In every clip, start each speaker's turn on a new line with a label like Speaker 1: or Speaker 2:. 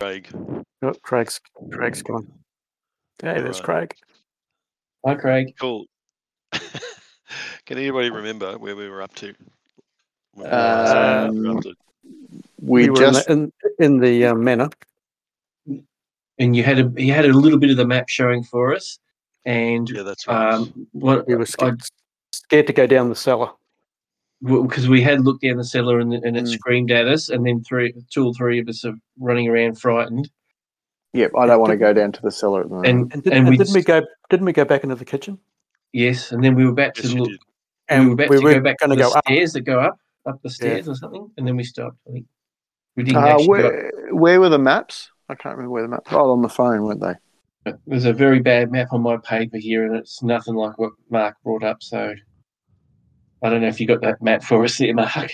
Speaker 1: Craig.
Speaker 2: Oh, Craig's Craig's gone. Hey, there's
Speaker 1: Right.
Speaker 2: Craig.
Speaker 3: Hi, Craig.
Speaker 1: Cool. Can anybody remember where we were up to? When we were
Speaker 3: Uh,
Speaker 1: last interrupted?
Speaker 3: We,
Speaker 2: You were
Speaker 3: just
Speaker 2: in the, in, in the uh, manor.
Speaker 3: and you had a you had a little bit of the map showing for us, and
Speaker 1: yeah, that's right.
Speaker 3: um, what
Speaker 2: We were scared, scared to go down the cellar.
Speaker 3: because we had looked down the cellar and, and it
Speaker 4: Mm.
Speaker 3: screamed at us, and then three, two or three of us are running around frightened.
Speaker 4: Yep, I don't want to go down to the cellar at the moment.
Speaker 3: And
Speaker 2: And, did,
Speaker 3: and
Speaker 2: and
Speaker 3: we
Speaker 2: didn't we go? Didn't we go back into the kitchen?
Speaker 3: yes, and then we were about
Speaker 1: yes,
Speaker 3: to
Speaker 1: you
Speaker 3: look.
Speaker 1: did.
Speaker 3: we were about to go
Speaker 2: weren't
Speaker 3: back to
Speaker 2: gonna
Speaker 3: the
Speaker 2: go up.
Speaker 3: stairs that go up, up the stairs or something, and then we stopped. I think we didn't
Speaker 4: Uh,
Speaker 3: actually. Go up.
Speaker 4: where, where were the maps? I can't remember where the maps. Oh, on the phone, weren't they?
Speaker 3: But There's a very bad map on my paper here, and it's nothing like what Mark brought up. So I don't know if you got that map for us there, Mark.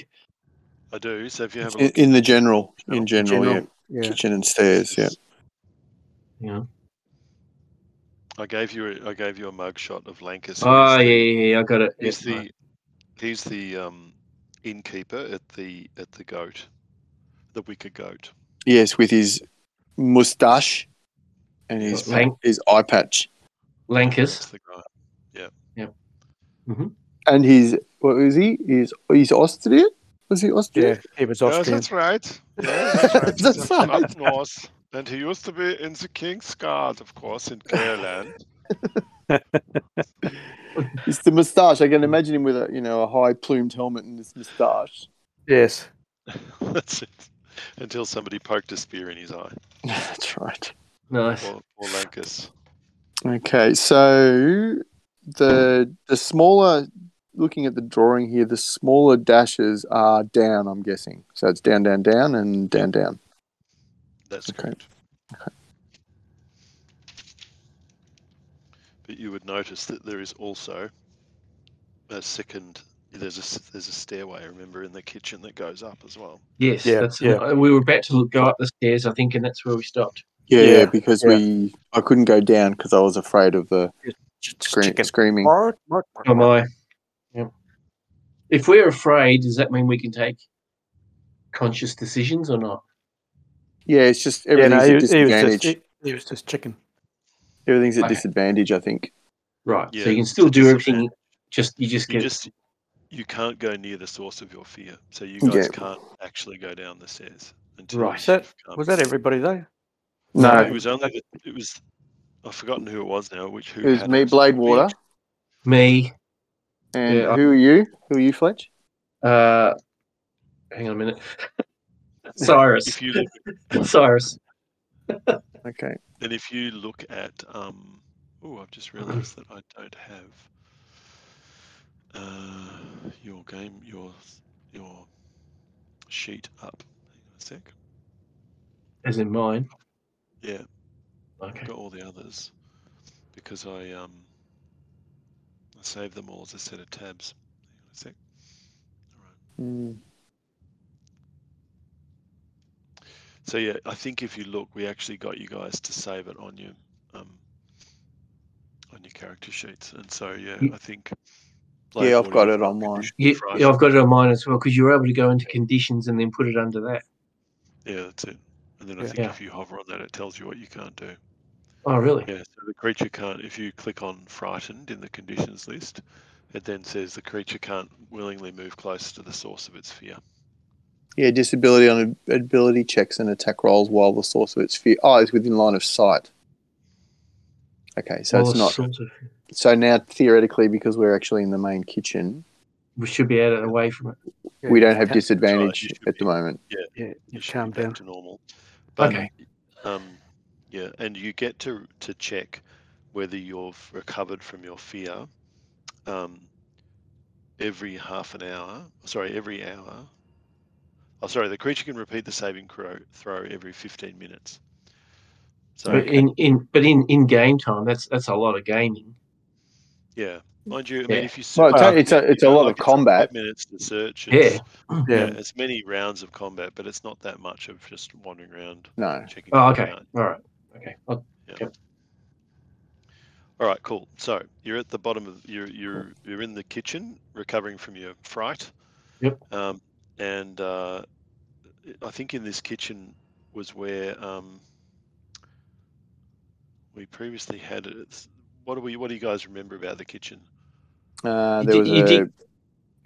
Speaker 1: I do. So if you have a
Speaker 4: In,
Speaker 1: look,
Speaker 4: in the general,
Speaker 1: Oh,
Speaker 4: in general,
Speaker 3: general,
Speaker 4: yeah.
Speaker 2: yeah.
Speaker 4: kitchen and stairs. Yeah,
Speaker 3: Yeah.
Speaker 1: I gave you a, I gave you a mugshot of Lancaster.
Speaker 3: Oh yeah, yeah, yeah, I got it.
Speaker 1: He's
Speaker 3: Yes, Mark.
Speaker 1: the he's the um, innkeeper at the at the goat, the wicker goat.
Speaker 4: yes, with his mustache and his
Speaker 3: Lank-
Speaker 4: his eye patch
Speaker 1: That's
Speaker 3: Lankers.
Speaker 1: the guy.
Speaker 4: and his what was he? He's he's Austrian. Was he Austrian?
Speaker 2: Yeah, he was
Speaker 5: Yes,
Speaker 2: Austrian.
Speaker 5: that's right. Yeah, that's right.
Speaker 4: That's
Speaker 5: Just
Speaker 4: right.
Speaker 5: Up north. And he used to be in the King's Guard, of course, in Careland.
Speaker 4: It's the mustache. I can imagine him with a you know a high plumed helmet and this mustache.
Speaker 2: Yes.
Speaker 1: That's it. Until somebody poked a spear in his eye.
Speaker 4: That's right.
Speaker 3: Nice.
Speaker 1: Poor, poor Lancus.
Speaker 4: Okay, so the the smaller looking at the drawing here, the smaller dashes are down. I'm guessing. So it's down, down, down, and down, down.
Speaker 1: That's
Speaker 4: Okay.
Speaker 1: correct. But you would notice that there is also a second. There's a s- there's a stairway. Remember in the kitchen that goes up as well.
Speaker 3: Yes,
Speaker 2: Yeah,
Speaker 3: that's
Speaker 2: yeah.
Speaker 3: uh, we were about to go up the stairs, I think, and that's where we stopped.
Speaker 4: Yeah,
Speaker 2: Yeah,
Speaker 4: because
Speaker 2: yeah.
Speaker 4: we I couldn't go down because I was afraid of the
Speaker 2: Just
Speaker 4: scream,
Speaker 2: chicken.
Speaker 4: screaming.
Speaker 2: Mark, mark, mark,
Speaker 3: Oh
Speaker 2: mark.
Speaker 3: my. Yeah. If we're afraid, does that mean we can take conscious decisions or not?
Speaker 4: Yeah, it's just
Speaker 2: Yeah,
Speaker 4: everything's
Speaker 2: no, he, was- he
Speaker 4: a
Speaker 2: was just
Speaker 4: disadvantage.
Speaker 2: he, he was just chicken.
Speaker 4: everything's at
Speaker 3: Okay.
Speaker 4: disadvantage. I think.
Speaker 3: Right.
Speaker 1: Yeah,
Speaker 3: so you can
Speaker 1: it's a
Speaker 3: still do everything.
Speaker 1: disadvantage.
Speaker 3: Just you just
Speaker 1: You
Speaker 3: get
Speaker 1: just you can't go near the source of your fear, so you guys
Speaker 4: Yeah.
Speaker 1: can't actually go down the stairs. Until
Speaker 3: Right.
Speaker 1: you've
Speaker 2: That-
Speaker 1: come-
Speaker 2: Was that everybody though?
Speaker 1: No,
Speaker 4: No,
Speaker 1: it was only the- it was. I've forgotten who it was now. Which who
Speaker 4: it was
Speaker 1: had
Speaker 4: me,
Speaker 1: it.
Speaker 4: Blade Water,
Speaker 3: me.
Speaker 4: and
Speaker 3: Yeah, I-
Speaker 4: who are you? Who are you, Fletch?
Speaker 3: Uh, hang on a minute. Cyrus.
Speaker 1: If you look
Speaker 3: Cyrus.
Speaker 4: Okay.
Speaker 1: And if you look at, um, oh, I've just realised that I don't have uh, your game, your your sheet up. Hang on a sec.
Speaker 3: As in mine.
Speaker 1: Yeah, I've
Speaker 3: Okay.
Speaker 1: got all the others because I um I saved them all as a set of tabs. Hang on a sec. All right.
Speaker 4: Mm.
Speaker 1: So yeah, I think if you look, we actually got you guys to save it on your um, on your character sheets, and so yeah,
Speaker 3: Ye-
Speaker 1: I think.
Speaker 4: Yeah, I've
Speaker 1: Bladewater,
Speaker 4: got
Speaker 1: you've
Speaker 4: it online.
Speaker 1: condition
Speaker 3: Yeah,
Speaker 1: fright.
Speaker 3: yeah, I've got it on mine as well because you were able to go into conditions and then put it under that.
Speaker 1: Yeah, that's it. And then I
Speaker 2: Yeah.
Speaker 1: think
Speaker 3: Yeah.
Speaker 1: if you hover on that, it tells you what you can't do.
Speaker 3: Oh, really?
Speaker 1: Yeah, so the creature can't, if you click on frightened in the conditions list, it then says the creature can't willingly move closer to the source of its fear.
Speaker 4: Yeah, disability on ab- ability checks and attack rolls while the source of its fear. Oh, it's within line of sight. Okay, so
Speaker 3: Well,
Speaker 4: it's not.
Speaker 3: sort of-
Speaker 4: So now theoretically, because we're actually in the main kitchen,
Speaker 3: we should be out of away from it.
Speaker 4: we don't have
Speaker 2: Ca-
Speaker 4: disadvantage
Speaker 1: should
Speaker 4: at the moment.
Speaker 2: Yeah,
Speaker 1: You
Speaker 2: you
Speaker 1: should be
Speaker 2: calm
Speaker 1: back
Speaker 2: down.
Speaker 1: to normal.
Speaker 3: Okay.
Speaker 1: Um, yeah, and you get to to check whether you've recovered from your fear um, every half an hour. Sorry, every hour. Oh, sorry. The creature can repeat the saving throw, throw every fifteen minutes. So
Speaker 3: But in, in but in, in game time, that's that's a lot of gaming.
Speaker 1: yeah, mind you, I
Speaker 3: Yeah.
Speaker 1: mean, if you
Speaker 4: Well,
Speaker 1: search
Speaker 4: it's
Speaker 1: up,
Speaker 4: a- it's a-
Speaker 1: you
Speaker 4: it's a
Speaker 1: know,
Speaker 4: lot of
Speaker 1: like, it's
Speaker 4: combat.
Speaker 1: five minutes to search.
Speaker 3: Yeah.
Speaker 1: It's,
Speaker 2: Yeah.
Speaker 1: yeah, it's many rounds of combat, but it's not that much of just wandering around
Speaker 4: No.
Speaker 1: checking.
Speaker 3: Oh,
Speaker 1: in and
Speaker 3: okay.
Speaker 1: out.
Speaker 3: All right. Okay. Well,
Speaker 1: All right, cool. So you're at the bottom of you're you're you're in the kitchen recovering from your fright.
Speaker 3: Yep.
Speaker 1: Um, and uh, I think in this kitchen was where um, we previously had it. It's- What do we? What do you guys remember about the kitchen?
Speaker 4: Uh,
Speaker 3: You
Speaker 4: there
Speaker 3: did-
Speaker 4: was
Speaker 3: you
Speaker 4: a
Speaker 3: did-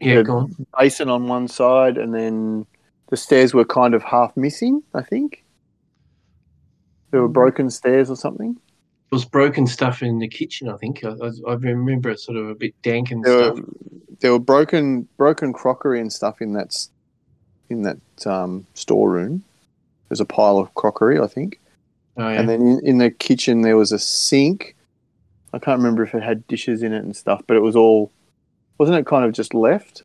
Speaker 3: Yeah,
Speaker 4: Yeah.
Speaker 3: go on.
Speaker 4: basin on one side, and then the stairs were kind of half missing. I think there
Speaker 3: Hmm.
Speaker 4: were broken stairs or something.
Speaker 3: There was broken stuff in the kitchen, I think. I, I, I remember it sort of a bit dank and
Speaker 4: There
Speaker 3: stuff.
Speaker 4: were there were broken broken crockery and stuff in that s- in that um, storeroom. There's a pile of crockery, I think.
Speaker 3: Oh, yeah.
Speaker 4: And then in, in the kitchen there was a sink. I can't remember if it had dishes in it and stuff, but it was all wasn't it kind of just left?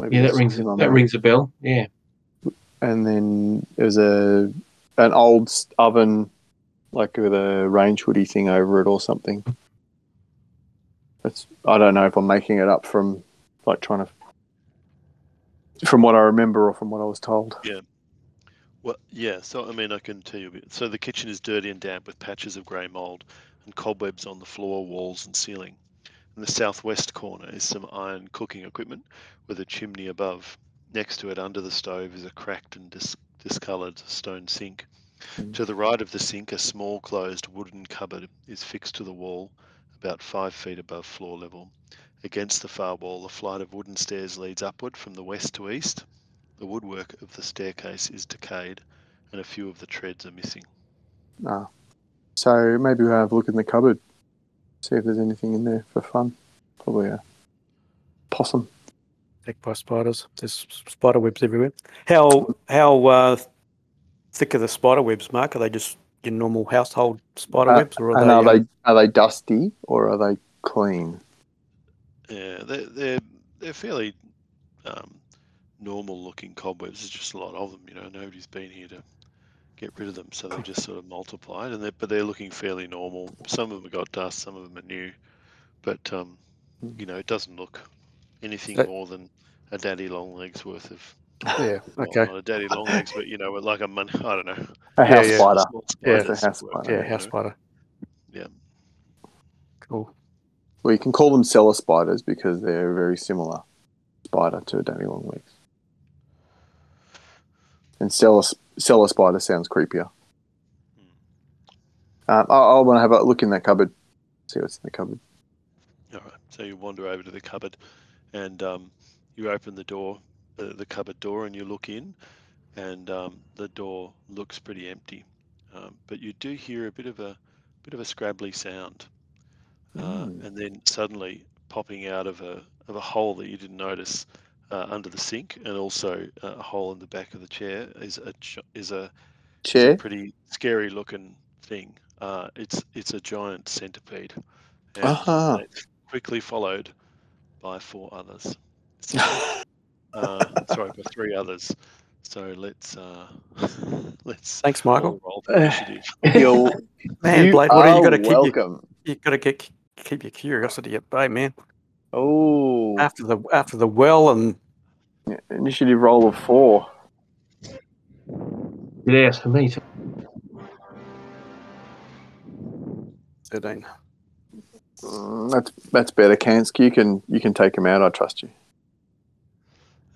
Speaker 4: Maybe
Speaker 3: yeah, that
Speaker 4: it's
Speaker 3: rings
Speaker 4: in my
Speaker 3: that
Speaker 4: memory.
Speaker 3: rings a bell. Yeah.
Speaker 4: And then there was a an old s- oven, like with a range hoodie thing over it or something. That's I don't know if I'm making it up from like trying to from what I remember or from what I was told.
Speaker 1: Well, yeah. So I mean, I can tell you. A bit. So the kitchen is dirty and damp with patches of grey mold and cobwebs on the floor, walls, and ceiling. In the southwest corner is some iron cooking equipment with a chimney above. Next to it, under the stove, is a cracked and dis- discoloured stone sink.
Speaker 4: Mm.
Speaker 1: To the right of the sink, a small closed wooden cupboard is fixed to the wall, about five feet above floor level. Against the far wall, a flight of wooden stairs leads upward from the west to east. The woodwork of the staircase is decayed, and a few of the treads are missing.
Speaker 4: Ah. So maybe we'll have a look in the cupboard, see if there's anything in there for fun. Probably a possum.
Speaker 2: Attacked by spiders. There's s- spider webs everywhere. How how uh, thick are the spider webs, Mark? Are they just your normal household spider
Speaker 4: Uh,
Speaker 2: webs, or are
Speaker 4: and
Speaker 2: they?
Speaker 4: are
Speaker 2: uh,
Speaker 4: they are they dusty or are they clean?
Speaker 1: Yeah, they're they're they're fairly um, normal-looking cobwebs. There's just a lot of them, you know. Nobody's been here to get rid of them, so they just sort of multiplied, and they but they're looking fairly normal. Some of them have got dust, some of them are new, but um, you know, it doesn't look anything
Speaker 2: Hmm. That-
Speaker 1: more than a daddy long legs worth of
Speaker 2: Yeah.
Speaker 1: well,
Speaker 2: Okay.
Speaker 1: not a daddy long legs, but you know, like a money. I don't know.
Speaker 4: A house
Speaker 2: yeah.
Speaker 4: spider.
Speaker 1: Small
Speaker 2: Yeah, it's
Speaker 4: a
Speaker 1: spiders
Speaker 4: house
Speaker 1: work,
Speaker 4: spider.
Speaker 1: you
Speaker 2: Yeah, house
Speaker 1: know.
Speaker 2: spider.
Speaker 1: Yeah.
Speaker 2: Cool.
Speaker 4: Well, you can call them cellar spiders because they're a very similar spider to a daddy long legs. And cellar, cellar spider sounds creepier. Um, I, I want to have a look in that cupboard, see what's in the cupboard.
Speaker 1: All right. So you wander over to the cupboard, and um, you open the door, uh, the cupboard door, and you look in, and um, the door looks pretty empty, um, but you do hear a bit of a bit of a scrabbly sound, uh,
Speaker 4: Mm.
Speaker 1: and then suddenly popping out of a of a hole that you didn't notice uh, under the sink, and also uh, a hole in the back of the chair is a ch- is a it's a
Speaker 4: Chair?
Speaker 1: pretty scary looking thing. Uh, it's it's a giant centipede, and
Speaker 4: Aha.
Speaker 1: it's quickly followed by four others. So, uh, sorry, by three others. So let's uh, let's
Speaker 2: Thanks,
Speaker 1: all
Speaker 2: Michael.
Speaker 1: roll
Speaker 4: Uh,
Speaker 1: for initiative.
Speaker 4: You're,
Speaker 2: Man,
Speaker 4: you
Speaker 2: Blade, what are you
Speaker 4: are
Speaker 2: gonna keep your-
Speaker 4: welcome.
Speaker 2: You got to get keep your curiosity at bay, man.
Speaker 4: Oh,
Speaker 2: After the after the well and
Speaker 4: initiative roll of four.
Speaker 3: Yeah, it's for me too.
Speaker 2: thirteen.
Speaker 4: Mm, that's that's better, Kansk. You can you can take him out. I trust you.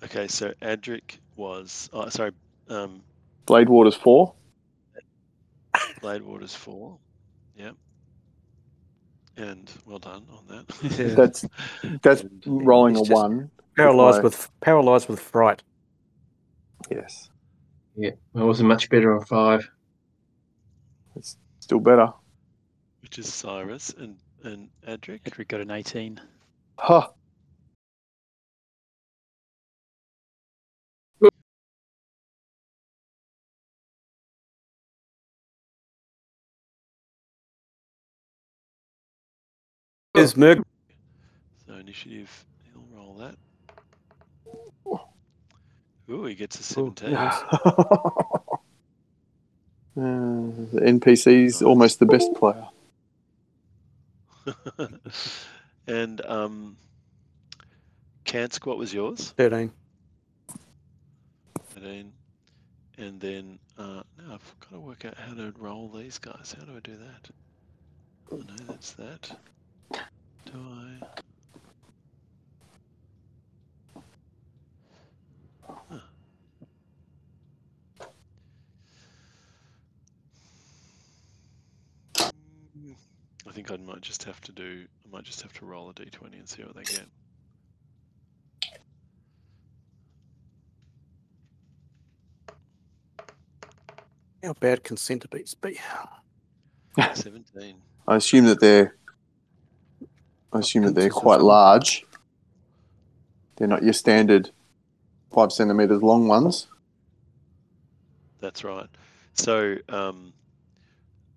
Speaker 1: Okay, so Adric was oh, sorry, um,
Speaker 4: Blade Waters four.
Speaker 1: Blade Waters four. Yep. And well done on that.
Speaker 2: Yeah.
Speaker 4: That's that's
Speaker 1: And-
Speaker 4: rolling a
Speaker 2: It's just-
Speaker 4: one.
Speaker 2: Paralyzed
Speaker 4: my-
Speaker 2: with paralyzed with fright.
Speaker 4: Yes,
Speaker 3: I wasn't much better on five.
Speaker 4: still better.
Speaker 1: which is Cyrus and and Adric.
Speaker 6: Edric got an 18.
Speaker 4: Huh.
Speaker 2: Is Merg
Speaker 1: So initiative, he'll roll that. Ooh, he gets a
Speaker 2: Cool.
Speaker 1: 17.
Speaker 4: Uh, the NPC's almost the best player.
Speaker 1: and um, Kansk, what was yours?
Speaker 2: thirteen?
Speaker 1: 18. And then, uh, now I've got to work out how to roll these guys. How do I do that? I know that's that. Do I? Huh. think I might just have to do. I might just have to roll a d20 and see what they get.
Speaker 2: How bad can centipedes be?
Speaker 1: 17.
Speaker 4: I assume that they're. I assume that they're quite large. They're not your standard five centimeters long ones.
Speaker 1: That's right. So, um,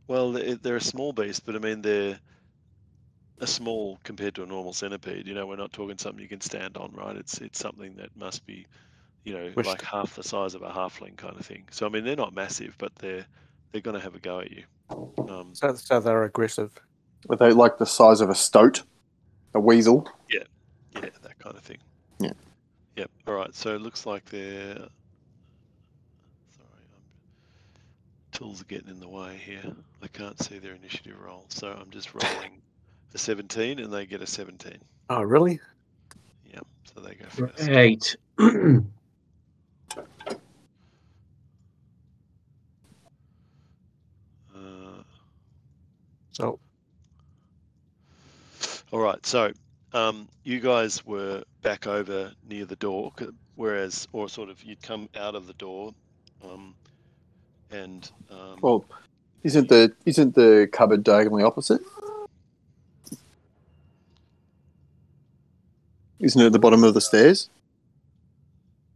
Speaker 1: well, they- they're a small beast, but I mean they're a small compared to a normal centipede. You know, we're not talking something you can stand on, right? It's it's something that must be, you know,
Speaker 2: Wished.
Speaker 1: like half the size of a halfling kind of thing. So I mean they're not massive, but they're they're going to have a go at you. Um,
Speaker 2: So, so they're aggressive.
Speaker 4: Are they like the size of a stoat, a weasel?
Speaker 1: yeah, that kind of thing.
Speaker 4: Yeah.
Speaker 1: Yep. All right. So it looks like they're. Sorry, I'm... tools are getting in the way here. I can't see their initiative roll, so I'm just rolling a 17, and they get a 17.
Speaker 2: Oh, really?
Speaker 1: Yep. So they go first.
Speaker 3: Eight.
Speaker 1: Uh,
Speaker 2: So,
Speaker 1: All right, so um, you guys were back over near the door, c- whereas, or sort of, you'd come out of the door, um, and um,
Speaker 4: Well, isn't the isn't the cupboard diagonally opposite? Isn't it at the bottom of the stairs?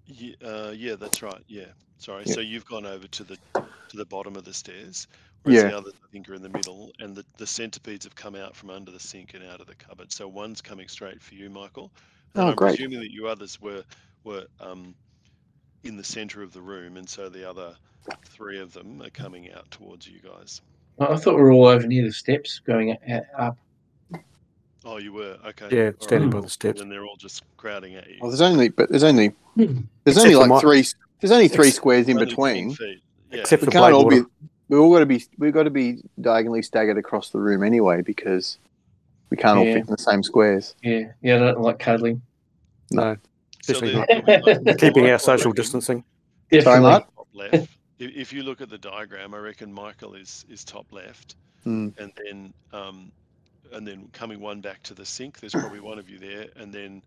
Speaker 1: ye- uh, yeah, that's right. Yeah, sorry.
Speaker 4: Yeah.
Speaker 1: So you've gone over to the to the bottom of the stairs, whereas
Speaker 4: Yeah.
Speaker 1: the others I think are in the middle, and the, the centipedes have come out from under the sink and out of the cupboard. So one's coming straight for you, Michael. And
Speaker 4: Oh,
Speaker 1: I'm
Speaker 4: great.
Speaker 1: presuming that you others were were um, in the centre of the room, and so the other three of them are coming out towards you guys.
Speaker 3: I thought we were all over near the steps going a- a- up.
Speaker 1: Oh, you were okay.
Speaker 2: yeah,
Speaker 1: all
Speaker 2: standing
Speaker 1: right.
Speaker 2: by the steps.
Speaker 1: And they're all just crowding at you.
Speaker 4: Well, there's only but there's only
Speaker 3: Hmm.
Speaker 4: there's
Speaker 2: Except
Speaker 4: only
Speaker 2: for
Speaker 4: like
Speaker 2: my-
Speaker 4: three there's only three
Speaker 2: Ex-
Speaker 4: squares in
Speaker 1: Only 10
Speaker 4: between.
Speaker 1: feet. Yeah.
Speaker 2: Except
Speaker 4: We
Speaker 2: for
Speaker 4: can't
Speaker 2: Blade
Speaker 4: all be
Speaker 2: Water.
Speaker 4: we all got to be we've got to be diagonally staggered across the room anyway because we can't all
Speaker 3: Yeah.
Speaker 4: fit in the same squares.
Speaker 3: Yeah, yeah, I don't like cuddling.
Speaker 2: No,
Speaker 1: So
Speaker 2: especially
Speaker 1: they're-
Speaker 3: not-
Speaker 2: keeping
Speaker 1: Michael
Speaker 2: our social
Speaker 1: reckons-
Speaker 2: distancing.
Speaker 4: Sorry,
Speaker 3: Definitely.
Speaker 4: Mark.
Speaker 1: top left. If, if you look at the diagram, I reckon Michael is is top left,
Speaker 4: Mm.
Speaker 1: and then um, and then coming one back to the sink. There's probably one of you there, and then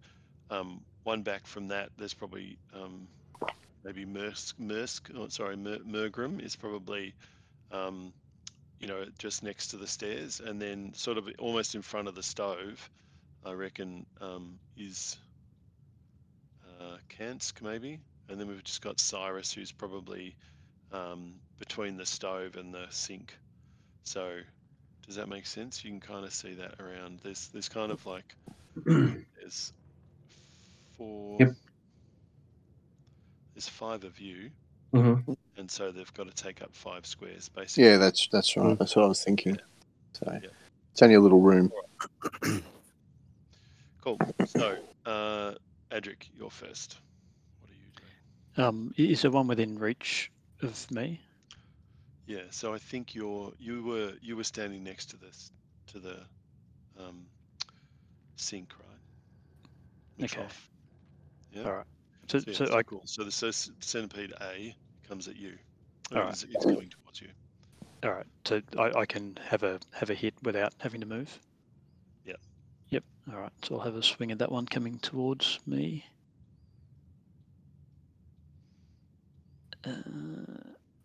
Speaker 1: um, one back from that. There's probably um, maybe Mersk, Mersk oh, sorry, Mer, Mergrim is probably um, you know just next to the stairs, and then sort of almost in front of the stove. I reckon um, is uh, Kansk maybe, and then we've just got Cyrus, who's probably um, between the stove and the sink. So, does that make sense? You can kind of see that around. There's there's kind of like there's four.
Speaker 3: Yep.
Speaker 1: There's five of you,
Speaker 3: hmm
Speaker 1: and so they've got to take up five squares basically.
Speaker 4: Yeah, that's that's
Speaker 3: Hmm.
Speaker 4: right. That's what I was thinking. So
Speaker 1: Yeah.
Speaker 4: it's only a little room.
Speaker 1: Cool. So, uh, Adric, you're first. What are you doing?
Speaker 6: Um, i- is there one within reach of me?
Speaker 1: Yeah, so I think you're you were you were standing next to this to the um, sink, right? Which
Speaker 6: Okay.
Speaker 1: off- Yeah.
Speaker 6: All right. So,
Speaker 1: So, yeah,
Speaker 6: so
Speaker 1: so
Speaker 6: I,
Speaker 1: cool. So the so c- centipede A comes at you.
Speaker 6: All right.
Speaker 1: It's, it's coming towards you.
Speaker 6: all right. So I, I can have a have a hit without having to move.
Speaker 1: Yep.
Speaker 6: Yep. All right. So I'll have a swing at that one coming towards me. Uh,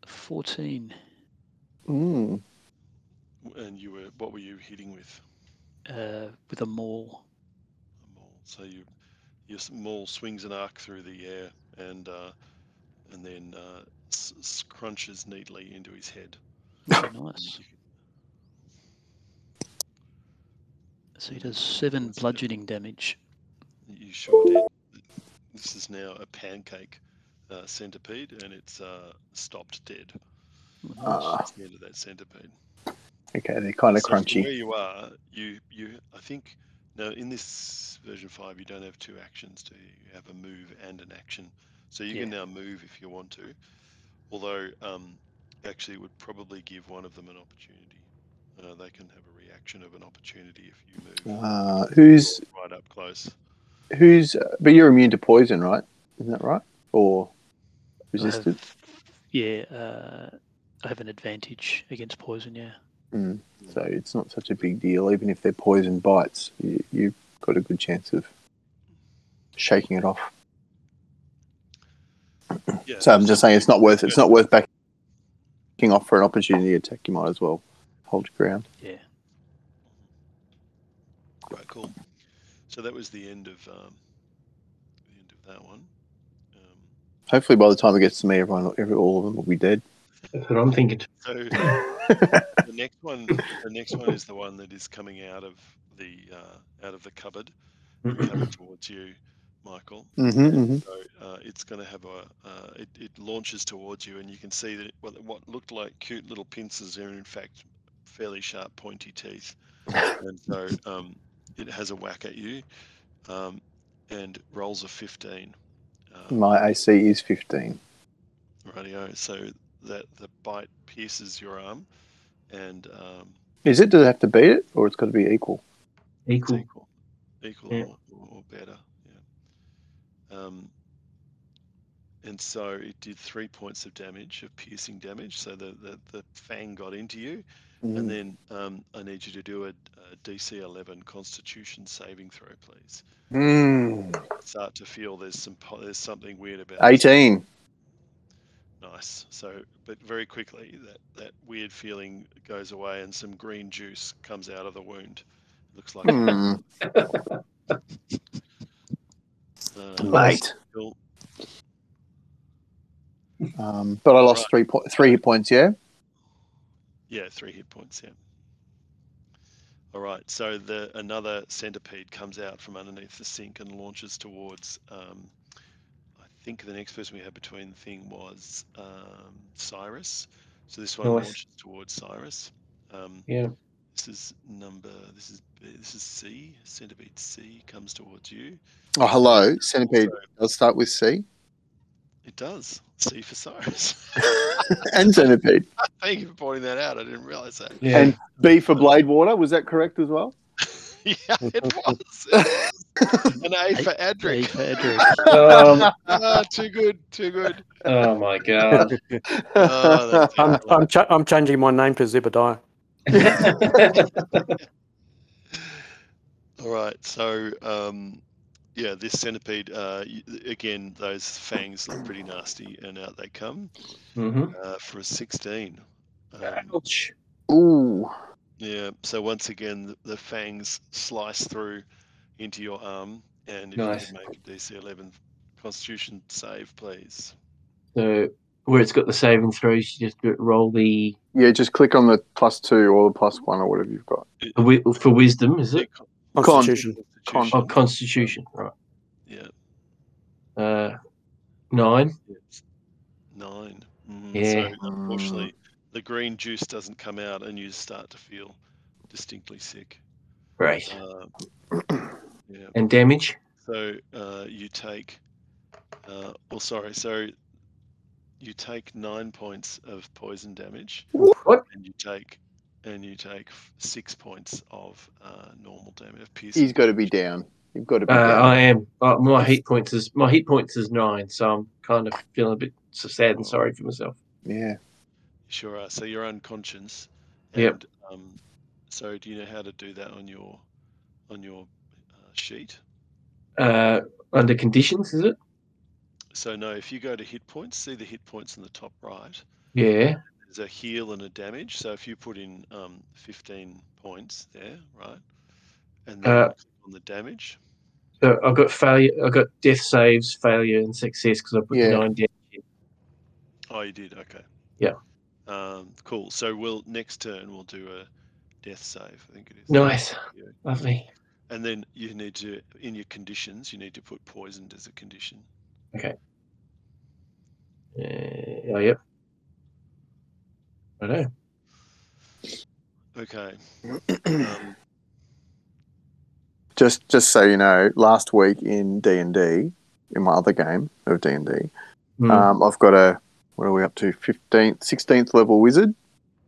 Speaker 6: Fourteen.
Speaker 3: Hmm.
Speaker 4: Mm.
Speaker 1: W- And you were what were you hitting with?
Speaker 6: Uh, with a maul.
Speaker 1: A maul. So you your s- maul swings an arc through the air and uh, and then uh, s- s- crunches neatly into his head.
Speaker 6: Nice. So he does seven
Speaker 1: That's good.
Speaker 6: bludgeoning damage.
Speaker 1: You sure did. This is now a pancake uh, centipede, and it's uh, stopped dead.
Speaker 4: Ah.
Speaker 1: That's the end of that centipede.
Speaker 4: Okay, they're kind of
Speaker 1: So from
Speaker 4: crunchy.
Speaker 1: Where you are, you you I think now in this version five, you don't have two actions. Do you? you have a move and an action, so you can now move if you want to. Although, um, actually, it would probably give one of them an opportunity. Uh, they can have a reaction of an opportunity if you move
Speaker 4: Uh, who's
Speaker 1: right up close.
Speaker 4: who's? But you're immune to poison, right? Isn't that right? Or
Speaker 6: I
Speaker 4: resistant?
Speaker 6: uh, have- yeah, uh, I have an advantage against poison. Yeah,
Speaker 4: So it's not such a big deal. Even if they're poison bites, you, you've got a good chance of shaking it off.
Speaker 1: Yeah.
Speaker 4: So I'm just saying it's not worth it's not worth backing off for an opportunity attack. You might as well hold your ground.
Speaker 6: Yeah.
Speaker 1: Mm-hmm. Right, cool. So that was the end of um, the end of that one. Um,
Speaker 4: Hopefully, by the time it gets to me, everyone, every all of them will be dead.
Speaker 3: That's what I'm thinking.
Speaker 1: so the next one, the next one is the one that is coming out of the uh, out of the cupboard, coming towards you, Michael.
Speaker 4: mm-hmm.
Speaker 1: So uh, it's going to have a uh, it, it launches towards you, and you can see that it, what, what looked like cute little pincers are in fact fairly sharp, pointy teeth. and so um, it has a whack at you, um, and rolls a fifteen. Um,
Speaker 4: My AC is 15.
Speaker 1: Radio. So that the bite pierces your arm, and um,
Speaker 4: Is it? Does it have to beat it, or it's got to be equal?
Speaker 1: it's
Speaker 3: Equal.
Speaker 1: equal, equal
Speaker 3: Yeah.
Speaker 1: or, or better. Yeah. Um, and so it did three points of damage, of piercing damage. So the the, the fang got into you,
Speaker 4: Mm.
Speaker 1: and then um, I need you to do a, a DC 11 Constitution saving throw, please.
Speaker 4: Mm.
Speaker 1: Start to feel there's some po- there's something weird about this.
Speaker 4: 18.
Speaker 1: Nice. So, but very quickly, that, that weird feeling goes away and some green juice comes out of the wound. Looks like
Speaker 4: Hmm.
Speaker 1: uh,
Speaker 4: Mate.
Speaker 1: cool.
Speaker 4: Um, but I lost three po- three hit points. Yeah.
Speaker 1: Yeah, three hit points. Yeah. All right. So the another centipede comes out from underneath the sink and launches towards. Um, I think the next person we had between the thing was um, Cyrus. So this one
Speaker 3: Nice.
Speaker 1: launches towards Cyrus. Um,
Speaker 3: Yeah.
Speaker 1: This is number. This is this is C. Centipede C comes towards you.
Speaker 4: Oh, hello, centipede.
Speaker 1: Also-
Speaker 4: I'll start with C
Speaker 1: it does. C for Cyrus.
Speaker 4: and centipede
Speaker 1: Thank you for pointing that out. I didn't realize that.
Speaker 3: Yeah.
Speaker 4: and B for blade water. Was that correct as well?
Speaker 1: yeah, it was. It was. An A for
Speaker 6: Hey,
Speaker 1: Adric.
Speaker 6: for Edric.
Speaker 3: um,
Speaker 1: Ah, too good. Too good.
Speaker 3: oh my god.
Speaker 4: Uh,
Speaker 1: Oh, that's
Speaker 2: I'm,
Speaker 1: it.
Speaker 2: I'm, cha- I'm changing my name to Zebediah.
Speaker 1: All right. So, um, yeah, this centipede, uh, y- again, those fangs look pretty nasty, and out they come
Speaker 3: Mhm.
Speaker 1: uh, for a 16. Um,
Speaker 3: Ouch.
Speaker 4: Ooh.
Speaker 1: Yeah. So once again, th- the fangs slice through into your arm, and if
Speaker 3: Nice.
Speaker 1: you can make a DC 11 Constitution save, please.
Speaker 3: So where it's got the saving throws, you just do it- roll the
Speaker 4: Yeah, just click on the plus two or the plus one or whatever you've got.
Speaker 3: the wi- for wisdom, is it?
Speaker 1: Yeah, con-
Speaker 2: Constitution.
Speaker 4: Con-
Speaker 3: Oh,
Speaker 1: Constitution,
Speaker 3: Constitution, right?
Speaker 1: Yeah.
Speaker 3: Uh, nine.
Speaker 1: It's Nine. Mm,
Speaker 3: Yeah.
Speaker 1: So unfortunately,
Speaker 3: Mm.
Speaker 1: the green juice doesn't come out, and you start to feel distinctly sick.
Speaker 3: Great.
Speaker 1: Uh, yeah.
Speaker 3: And damage.
Speaker 1: So uh, you take, uh, well, sorry. So you take nine points of poison damage.
Speaker 3: What?
Speaker 1: and you take and you take f- six points of uh, normal damage. Of piercing.
Speaker 4: He's got to be down. You've got to
Speaker 3: Uh,
Speaker 4: be down.
Speaker 3: I am. Uh, my heat points is my heat points is nine, so I'm kind of feeling a bit so sad and sorry for myself.
Speaker 4: Yeah.
Speaker 1: Sure are. So you're unconscious. And,
Speaker 3: Yep.
Speaker 1: Um, so do you know how to do that on your on your uh, sheet?
Speaker 3: Uh, under conditions, is it?
Speaker 1: So no, if you go to hit points, see the hit points in the top right.
Speaker 3: Yeah.
Speaker 1: There's a heal and a damage. So if you put in um, 15 points there, right, and then
Speaker 3: Uh,
Speaker 1: click on the damage,
Speaker 3: So I've got failure. I've got death saves, failure, and success because I put
Speaker 4: Yeah.
Speaker 3: nine down.
Speaker 1: Oh, you did. Okay.
Speaker 3: Yeah.
Speaker 1: Um, cool. So we'll next turn we'll do a death save. I think it is.
Speaker 3: Nice.
Speaker 1: Yeah.
Speaker 3: Lovely.
Speaker 1: And then you need to in your conditions you need to put poisoned as a condition.
Speaker 3: Uh, oh, yep. I know.
Speaker 1: Okay. um,
Speaker 4: Just just so you know, last week in D and D, in my other game of D and D,
Speaker 3: Mm.
Speaker 4: Um, I've got a what are we up to? Fifteenth, sixteenth level wizard,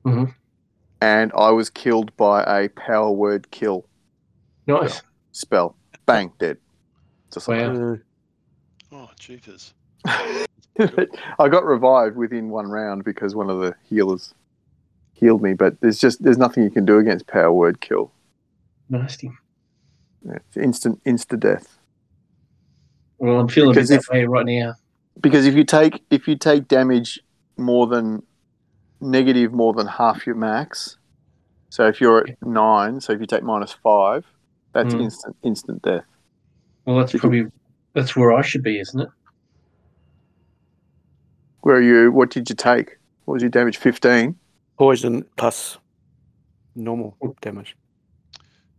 Speaker 3: Mhm.
Speaker 4: and I was killed by a power word kill
Speaker 3: nice.
Speaker 4: spell. Bang, dead. Just like
Speaker 3: Wow.
Speaker 2: Uh,
Speaker 1: oh, jeepers.
Speaker 4: I got revived within one round because one of the healers healed me, but there's just there's nothing you can do against power word kill.
Speaker 3: Nasty.
Speaker 4: Yeah, It's instant insta death.
Speaker 3: Well, I'm feeling
Speaker 4: Because
Speaker 3: that
Speaker 4: if-
Speaker 3: way right now.
Speaker 4: Because if you take if you take damage more than negative more than half your max, so if you're at nine, so if you take minus five, that's
Speaker 3: Mm.
Speaker 4: instant instant death.
Speaker 3: Well, that's
Speaker 4: You can-
Speaker 3: probably that's where I should be, isn't it?
Speaker 4: Where are you? What did you take? What was your damage? Fifteen.
Speaker 2: Poison plus normal damage.